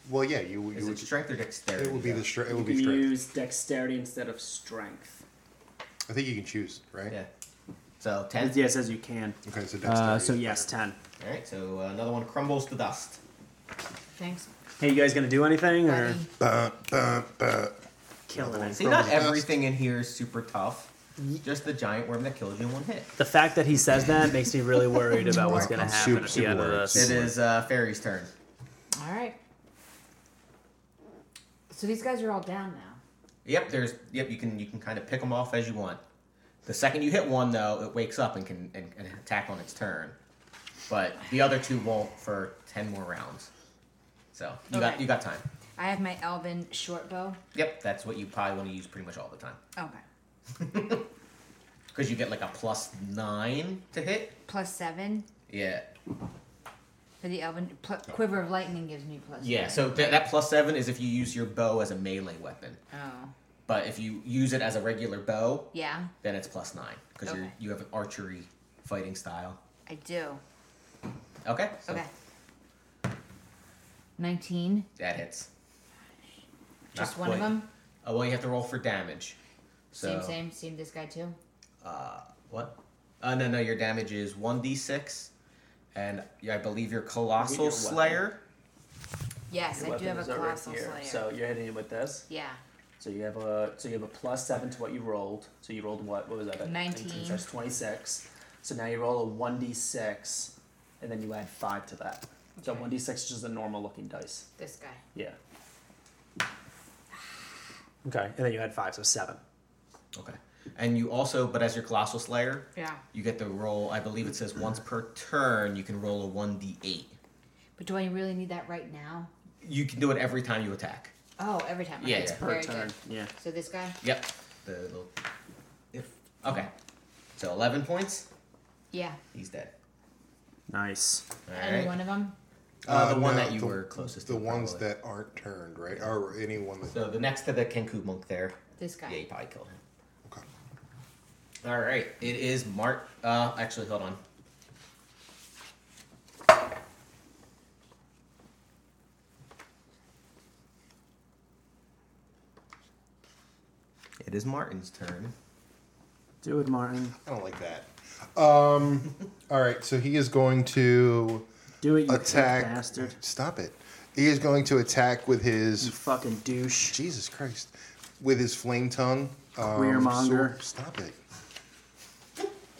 Speaker 4: well, yeah, you,
Speaker 2: Is
Speaker 4: you
Speaker 2: it
Speaker 4: would.
Speaker 2: strength or dexterity?
Speaker 4: It would be the str- it would
Speaker 8: You
Speaker 4: be
Speaker 8: can
Speaker 4: strength.
Speaker 8: use dexterity instead of strength.
Speaker 4: I think you can choose, right?
Speaker 2: Yeah. So ten.
Speaker 3: Yeah, it says you can.
Speaker 4: Okay, so dexterity.
Speaker 3: Uh, so
Speaker 4: is
Speaker 3: yes,
Speaker 4: better.
Speaker 3: 10.
Speaker 2: All right. So uh, another one crumbles to dust.
Speaker 6: Thanks,
Speaker 3: Hey, you guys gonna do anything or
Speaker 4: Bah,
Speaker 6: buddy.
Speaker 4: bah, bah.
Speaker 3: killing it?
Speaker 2: See, not
Speaker 4: dust.
Speaker 2: everything in here is super tough. Just the giant worm that kills you in one hit.
Speaker 3: The fact that he says that makes me really worried about what's gonna
Speaker 4: I'm
Speaker 3: happen
Speaker 4: super,
Speaker 3: at the end of
Speaker 4: super worried.
Speaker 2: It
Speaker 3: this.
Speaker 2: is uh, fairy's turn.
Speaker 6: All right. So these guys are all down now.
Speaker 2: Yep, there's yep. You can you can kind of pick them off as you want. The second you hit one, though, it wakes up and can and, and attack on its turn. But the other two won't for ten more rounds. So you got
Speaker 6: Okay.
Speaker 2: you got time.
Speaker 6: I have my elven short bow.
Speaker 2: Yep, that's what you probably want to use pretty much all the time
Speaker 6: Okay.
Speaker 2: because you get like a plus nine to hit.
Speaker 6: Plus seven
Speaker 2: Yeah,
Speaker 6: for the elven pl- quiver of lightning gives me plus.
Speaker 2: yeah.
Speaker 6: seven.
Speaker 2: So th- that plus seven is if you use your bow as a melee weapon.
Speaker 6: Oh.
Speaker 2: But if you use it as a regular bow,
Speaker 6: Yeah,
Speaker 2: then it's plus nine because you
Speaker 6: Okay.
Speaker 2: you have an archery fighting style.
Speaker 6: I do.
Speaker 2: Okay. so
Speaker 6: Okay. Nineteen.
Speaker 2: That hits.
Speaker 6: Just
Speaker 2: Not
Speaker 6: one of
Speaker 2: quite.
Speaker 6: them.
Speaker 2: Oh, well, you have to roll for damage. So,
Speaker 6: Same, same, same. This guy too.
Speaker 2: Uh, what? Uh, no, no, your damage is 1d6. And I believe your Colossal
Speaker 3: Your weapon.
Speaker 2: Slayer.
Speaker 6: Yes, I do have a colossal slayer.
Speaker 3: So you're hitting him with this.
Speaker 6: yeah,
Speaker 3: So you have a so you have a plus seven to what you rolled. So you rolled what? What was that? A
Speaker 6: 19.
Speaker 3: So that's twenty six. So now you roll a one d six, and then you add five to that. So
Speaker 6: Okay.
Speaker 3: one d six is just a normal looking dice.
Speaker 6: this guy.
Speaker 3: Yeah. Okay, and then you add five, so seven.
Speaker 2: Okay. And you also, but as your Colossal Slayer,
Speaker 6: Yeah,
Speaker 2: you get the roll, I believe it says once per turn, you can roll a 1d8.
Speaker 6: but do I really need that right now?
Speaker 2: You can do it every time you attack.
Speaker 6: Oh, every time.
Speaker 2: Yeah,
Speaker 6: Okay,
Speaker 2: yeah.
Speaker 6: very
Speaker 3: turn.
Speaker 6: good.
Speaker 3: Yeah.
Speaker 6: So this guy.
Speaker 2: Yep. The little. If. Okay. So 11 points.
Speaker 6: Yeah,
Speaker 2: He's dead.
Speaker 3: Nice.
Speaker 2: All
Speaker 6: any
Speaker 2: right.
Speaker 6: one of them.
Speaker 2: Uh, the
Speaker 4: Uh,
Speaker 2: one
Speaker 4: no,
Speaker 2: that you
Speaker 4: the-
Speaker 2: were closest to.
Speaker 4: The ones
Speaker 2: probably.
Speaker 4: that aren't turned, right? Or anyone that.
Speaker 2: So the next to the Kenku monk there.
Speaker 6: This guy.
Speaker 2: Yeah, you probably killed him.
Speaker 4: Okay.
Speaker 2: All right, it is Mark. Uh, actually, hold on. It is Martin's turn.
Speaker 3: Do it, Martin.
Speaker 4: I don't like that. Um, all right, so he is going to
Speaker 3: Do it, you
Speaker 4: attack.
Speaker 3: bastard.
Speaker 4: Stop it. He is going to attack with
Speaker 3: You
Speaker 4: his
Speaker 3: fucking douche.
Speaker 4: Jesus Christ, with his flame tongue. Um,
Speaker 3: Queermonger.
Speaker 4: sword- Stop it.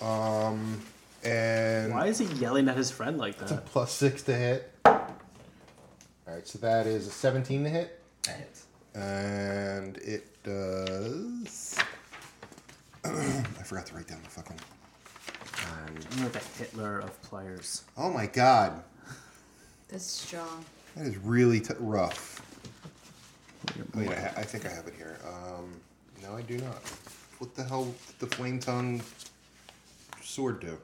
Speaker 4: Um, and
Speaker 3: Why is he yelling at his friend like that?
Speaker 4: plus six to hit. All right, so that is a seventeen to hit.
Speaker 2: That hits.
Speaker 4: And it does. I forgot to write down the fucking.
Speaker 3: You're the Hitler of players.
Speaker 4: Oh my god,
Speaker 6: This is strong.
Speaker 4: that is really t- rough. I mean, I, ha- I think I have it here. Um, no, I do not. What the hell did the flame tongue sword do?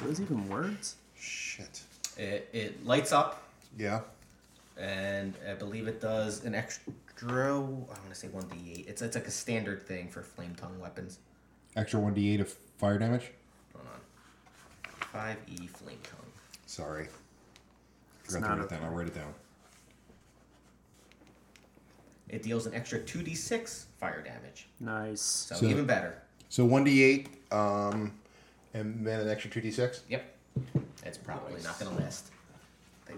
Speaker 3: Are those even words?
Speaker 4: Shit.
Speaker 2: It, it lights up,
Speaker 4: Yeah.
Speaker 2: and I believe it does an extra. I want to say one d eight. It's it's like a standard thing for flame tongue weapons.
Speaker 4: Extra one d eight of fire damage.
Speaker 2: Hold on. Five e flame tongue.
Speaker 4: Sorry.
Speaker 3: It's not okay.
Speaker 4: I'll write it down.
Speaker 2: It deals an extra 2d6 fire damage.
Speaker 3: Nice.
Speaker 2: So,
Speaker 4: So-
Speaker 2: even better.
Speaker 4: So one d eight, um, and then an extra two d six.
Speaker 2: Yep. It's probably not going to last. They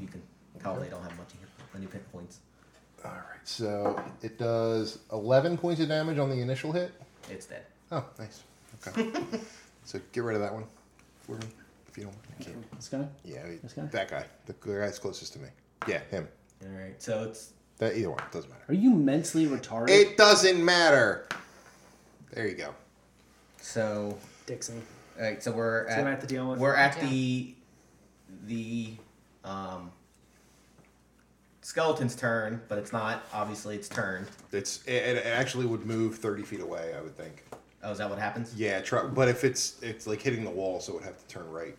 Speaker 2: You can tell they don't have much hit, any hit points.
Speaker 4: All right. So it does 11 points of damage on the initial hit.
Speaker 2: It's dead.
Speaker 4: Oh, nice. Okay. so get rid of that one for me if you don't. I can't.
Speaker 8: This guy?
Speaker 4: Yeah, I-
Speaker 8: guy?
Speaker 4: that guy. The guy's closest to me. Yeah, him.
Speaker 2: All right, so it's
Speaker 4: That either one doesn't matter.
Speaker 8: Are you mentally retarded?
Speaker 4: It doesn't matter. There you go.
Speaker 2: so.
Speaker 3: Dixie.
Speaker 2: All right, so we're at
Speaker 3: what I have to deal with.
Speaker 2: Uh, we're at
Speaker 6: Yeah.
Speaker 2: the the um, skeleton's turn, but it's not. Obviously, it's turned.
Speaker 4: It's it, it actually would move thirty feet away. I would think.
Speaker 2: Oh, is that what happens?
Speaker 4: Yeah, try, but if it's it's like hitting the wall, so it would have to turn right.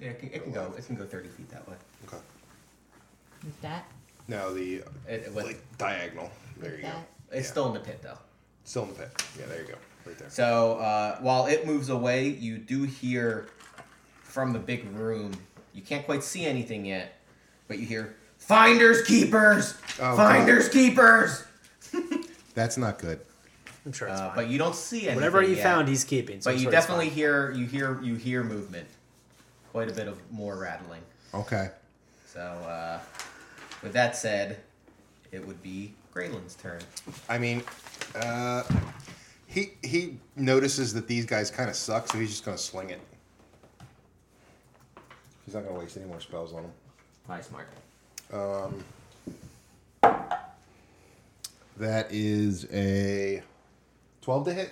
Speaker 2: Yeah, it can, it can go. It can go thirty feet that way.
Speaker 4: Okay.
Speaker 6: With that,
Speaker 4: Now the
Speaker 2: It, it, with,
Speaker 4: like diagonal. There you go.
Speaker 6: That.
Speaker 2: it's
Speaker 4: yeah.
Speaker 2: still in the pit though.
Speaker 4: Still in the pit. Yeah, there you go. Right there.
Speaker 2: So uh, while it moves away, you do hear from the big room. You can't quite see anything yet, but you hear "Finders keepers,
Speaker 3: Oh,
Speaker 4: God.
Speaker 2: finders keepers."
Speaker 7: That's not good.
Speaker 9: I'm sure it's
Speaker 2: Uh,
Speaker 9: fine.
Speaker 2: but you don't see anything.
Speaker 9: Whatever he
Speaker 2: yet.
Speaker 9: found, he's keeping. So
Speaker 2: But
Speaker 9: I'm
Speaker 2: you
Speaker 9: sure it's
Speaker 2: definitely
Speaker 9: fine.
Speaker 2: hear you hear you hear movement. Quite a bit of more rattling.
Speaker 7: Okay.
Speaker 2: So uh, with that said, it would be Graylin's turn.
Speaker 4: I mean, uh, he he notices that these guys kind of suck, so he's just gonna sling it. He's not gonna waste any more spells on them.
Speaker 2: Probably smart.
Speaker 4: That is a twelve to hit.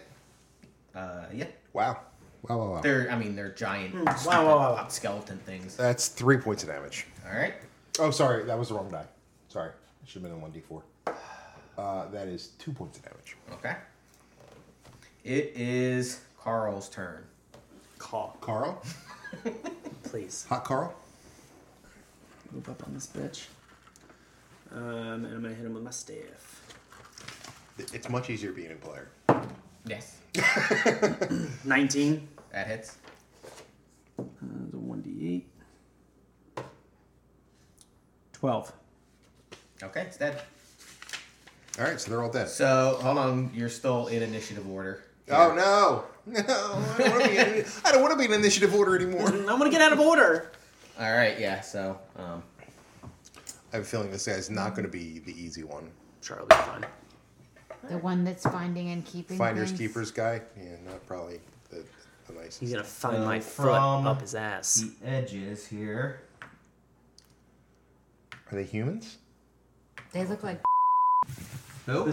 Speaker 2: Uh, yeah.
Speaker 4: Wow. Wow, wow, wow.
Speaker 2: They're I mean they're giant stupid
Speaker 3: Hmm. Wow, wow, wow.
Speaker 2: skeleton things.
Speaker 4: That's three points of damage.
Speaker 2: All right.
Speaker 4: Oh, sorry, that was the wrong die. Sorry, it should have been in 1d4. Uh, that is two points of damage.
Speaker 2: Okay. It is Carl's turn.
Speaker 3: Call.
Speaker 4: Carl?
Speaker 3: Please.
Speaker 4: Hot Carl?
Speaker 8: Move up on this bitch. Um, and I'm gonna hit him with my staff.
Speaker 4: It- It's much easier being in player.
Speaker 2: Yes.
Speaker 8: 19.
Speaker 2: That hits.
Speaker 8: Uh, the 1d8. 12.
Speaker 2: Okay, it's dead.
Speaker 4: All right, so they're all dead.
Speaker 2: So hold on, you're still in initiative order.
Speaker 4: Oh, no. No, I don't want to be in- I don't want to be in initiative order anymore.
Speaker 3: I'm gonna get out of order.
Speaker 2: All right. Yeah. So um,
Speaker 4: I have a feeling this guy's not going to be the easy one.
Speaker 8: Charlie, fine.
Speaker 6: the one that's finding and keeping.
Speaker 4: Finders
Speaker 6: things.
Speaker 4: Keepers guy? Yeah, not probably the, the nicest.
Speaker 9: He's gonna find
Speaker 2: Uh,
Speaker 9: my foot
Speaker 2: from-
Speaker 9: up his ass.
Speaker 2: the edges here.
Speaker 4: Are they humans?
Speaker 6: They look like.
Speaker 2: Who?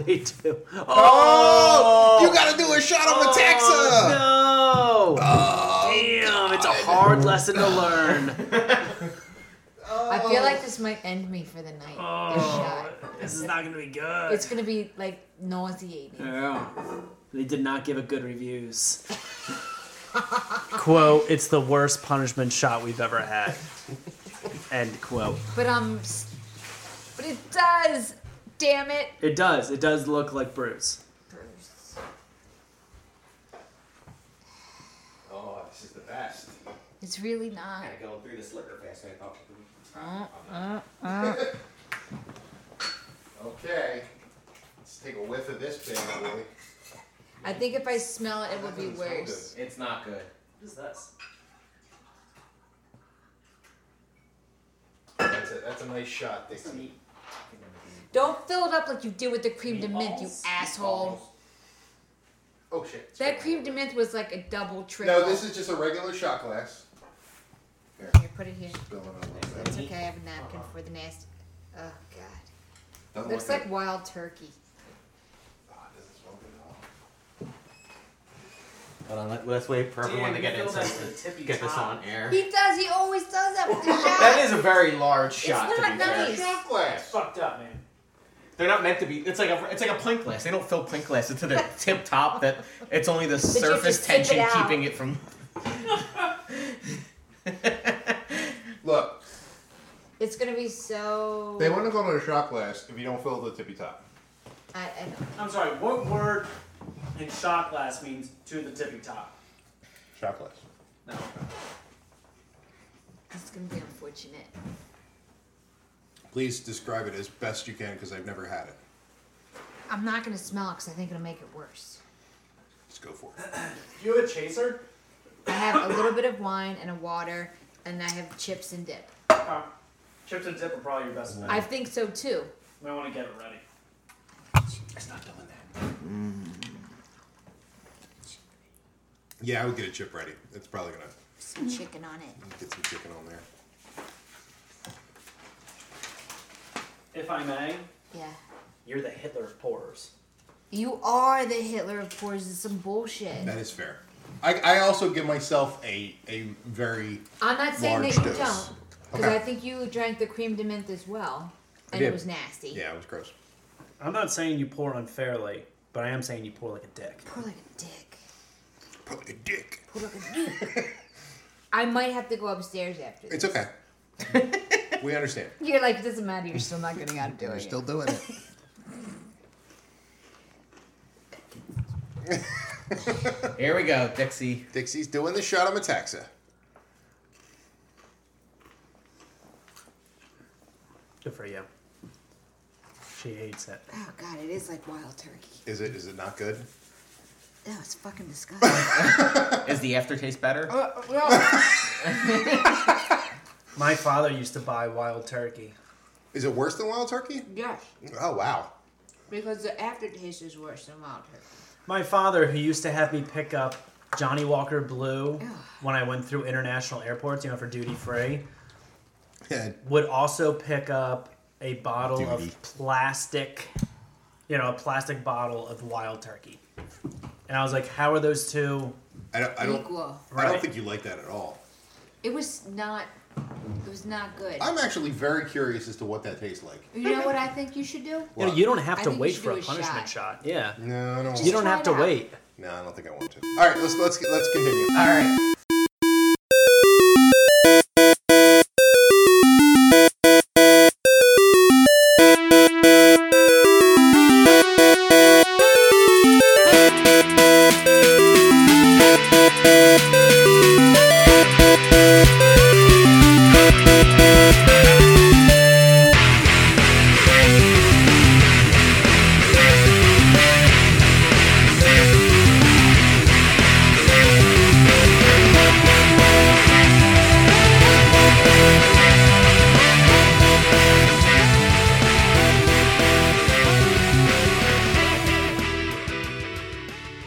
Speaker 9: They do.
Speaker 4: Oh! You got to do a shot on the Texa!
Speaker 9: Oh, No! Oh! Damn, it's a hard lesson to learn.
Speaker 6: I feel like this might end me for the night. This shot.
Speaker 9: Oh, this is not gonna be good.
Speaker 6: It's gonna be like nauseating.
Speaker 8: Yeah.
Speaker 3: They did not give it good reviews.
Speaker 9: Quote, it's the worst punishment shot we've ever had. End quote.
Speaker 6: But um, s- but it does. Damn it.
Speaker 3: It does. It does look like Bruce.
Speaker 6: Bruce.
Speaker 2: Oh, this is the best.
Speaker 6: It's really not.
Speaker 2: Kind of going through this liquor fast. I thought.
Speaker 4: Okay. Let's take a whiff of this bad boy.
Speaker 6: I think if I smell it, it would be worse.
Speaker 2: It's not good.
Speaker 3: What is this?
Speaker 4: That's a, that's a nice shot, Dixie.
Speaker 6: Don't fill it up like you did with the cream de mint, you asshole.
Speaker 4: Oh shit.
Speaker 6: That cream de mint was like a double triple.
Speaker 4: No, this is just a regular shot glass.
Speaker 6: Here, put it here.
Speaker 4: Spilling a little bit.
Speaker 6: It's okay. I have a napkin for the nasty. Oh god.
Speaker 4: Doesn't
Speaker 6: Looks
Speaker 4: look
Speaker 6: like wild turkey.
Speaker 4: good. Ah, it doesn't smell good at all.
Speaker 1: Hold on, let, let's wait for everyone to get in. so we can Get this on air.
Speaker 6: He does. He always does that with the
Speaker 1: That
Speaker 6: shot.
Speaker 1: is a very large
Speaker 6: It's
Speaker 1: shot. to
Speaker 6: not
Speaker 1: be fair.
Speaker 6: nice.
Speaker 4: Shot glass.
Speaker 3: Fucked up, man.
Speaker 1: They're not meant to be. It's like a it's like a pint glass. They don't fill pint glasses to the tip top. That it's only the
Speaker 6: you
Speaker 1: surface
Speaker 6: just tip it
Speaker 1: tension
Speaker 6: out.
Speaker 1: keeping it from.
Speaker 4: Look,
Speaker 6: It's gonna be so.
Speaker 4: they wouldn't go to a shot glass if you don't fill the tippy top.
Speaker 6: I, I know.
Speaker 3: I'm sorry. What word in shot glass means to the tippy top?
Speaker 4: Shot glass.
Speaker 3: No.
Speaker 6: This is gonna be unfortunate.
Speaker 4: Please describe it as best you can because I've never had it.
Speaker 6: I'm not gonna smell it because I think it'll make it worse.
Speaker 4: Just go for it.
Speaker 3: Do you have a chaser?
Speaker 6: I have a little bit of wine and a water, and I have chips and dip.
Speaker 3: Uh,
Speaker 10: Chips and dip are probably your best bet.
Speaker 6: I think so too.
Speaker 10: We want to get it ready.
Speaker 4: Yeah, I would get a chip ready. It's probably gonna
Speaker 11: Some chicken on it.
Speaker 4: get some chicken on there.
Speaker 10: If I may,
Speaker 11: Yeah.
Speaker 10: you're the Hitler of pourers.
Speaker 11: You are the Hitler of pours. It's some bullshit.
Speaker 4: That is fair. I, I also give myself a a very
Speaker 6: I'm not saying
Speaker 4: Large
Speaker 6: that you
Speaker 4: dose.
Speaker 6: don't, because
Speaker 4: Okay.
Speaker 6: I think you drank the cream de mint as well, and
Speaker 4: did.
Speaker 6: it was nasty.
Speaker 4: yeah. It was gross.
Speaker 3: I'm not saying you pour unfairly, but I am saying you pour like a dick.
Speaker 11: Pour like a dick.
Speaker 4: Probably a dick.
Speaker 6: I might have to go upstairs after.
Speaker 4: It's okay. we understand.
Speaker 6: You're like, it doesn't matter. You're still not getting out of doing
Speaker 4: We're
Speaker 6: it.
Speaker 4: still doing it.
Speaker 2: Here we go, Dixie.
Speaker 4: Dixie's doing the shot on Metaxa.
Speaker 3: Good for you. She hates it.
Speaker 11: Oh god, it is like wild turkey.
Speaker 4: Is it is it not good?
Speaker 11: Oh, it's fucking disgusting.
Speaker 2: Is the aftertaste better?
Speaker 6: Uh,
Speaker 3: My father used to buy wild turkey.
Speaker 4: Is it worse than wild turkey?
Speaker 6: Yes,
Speaker 4: Oh wow.
Speaker 6: because the aftertaste is worse than wild turkey.
Speaker 3: My father, who used to have me pick up Johnny Walker Blue when I went through international airports, you know, for duty free,
Speaker 4: Yeah,
Speaker 3: would also pick up a bottle
Speaker 4: Duty.
Speaker 3: of plastic, you know, a plastic bottle of wild turkey. And I was like, how are those two?
Speaker 4: I don't I don't
Speaker 6: Equal.
Speaker 4: I don't
Speaker 3: Right.
Speaker 4: think you like that at all.
Speaker 6: It was not. It was not good.
Speaker 4: I'm actually very curious as to what that tastes like.
Speaker 6: you know what I think you should do?
Speaker 3: You, know, you don't have
Speaker 6: I
Speaker 3: to
Speaker 6: think you
Speaker 3: wait
Speaker 6: should
Speaker 3: for a
Speaker 6: do a
Speaker 3: punishment shot. Yeah.
Speaker 4: No, I don't.
Speaker 3: You don't
Speaker 6: try
Speaker 3: have to
Speaker 6: it out.
Speaker 3: wait.
Speaker 4: No, I don't think I want to. All right, let's let's let's continue.
Speaker 2: All right.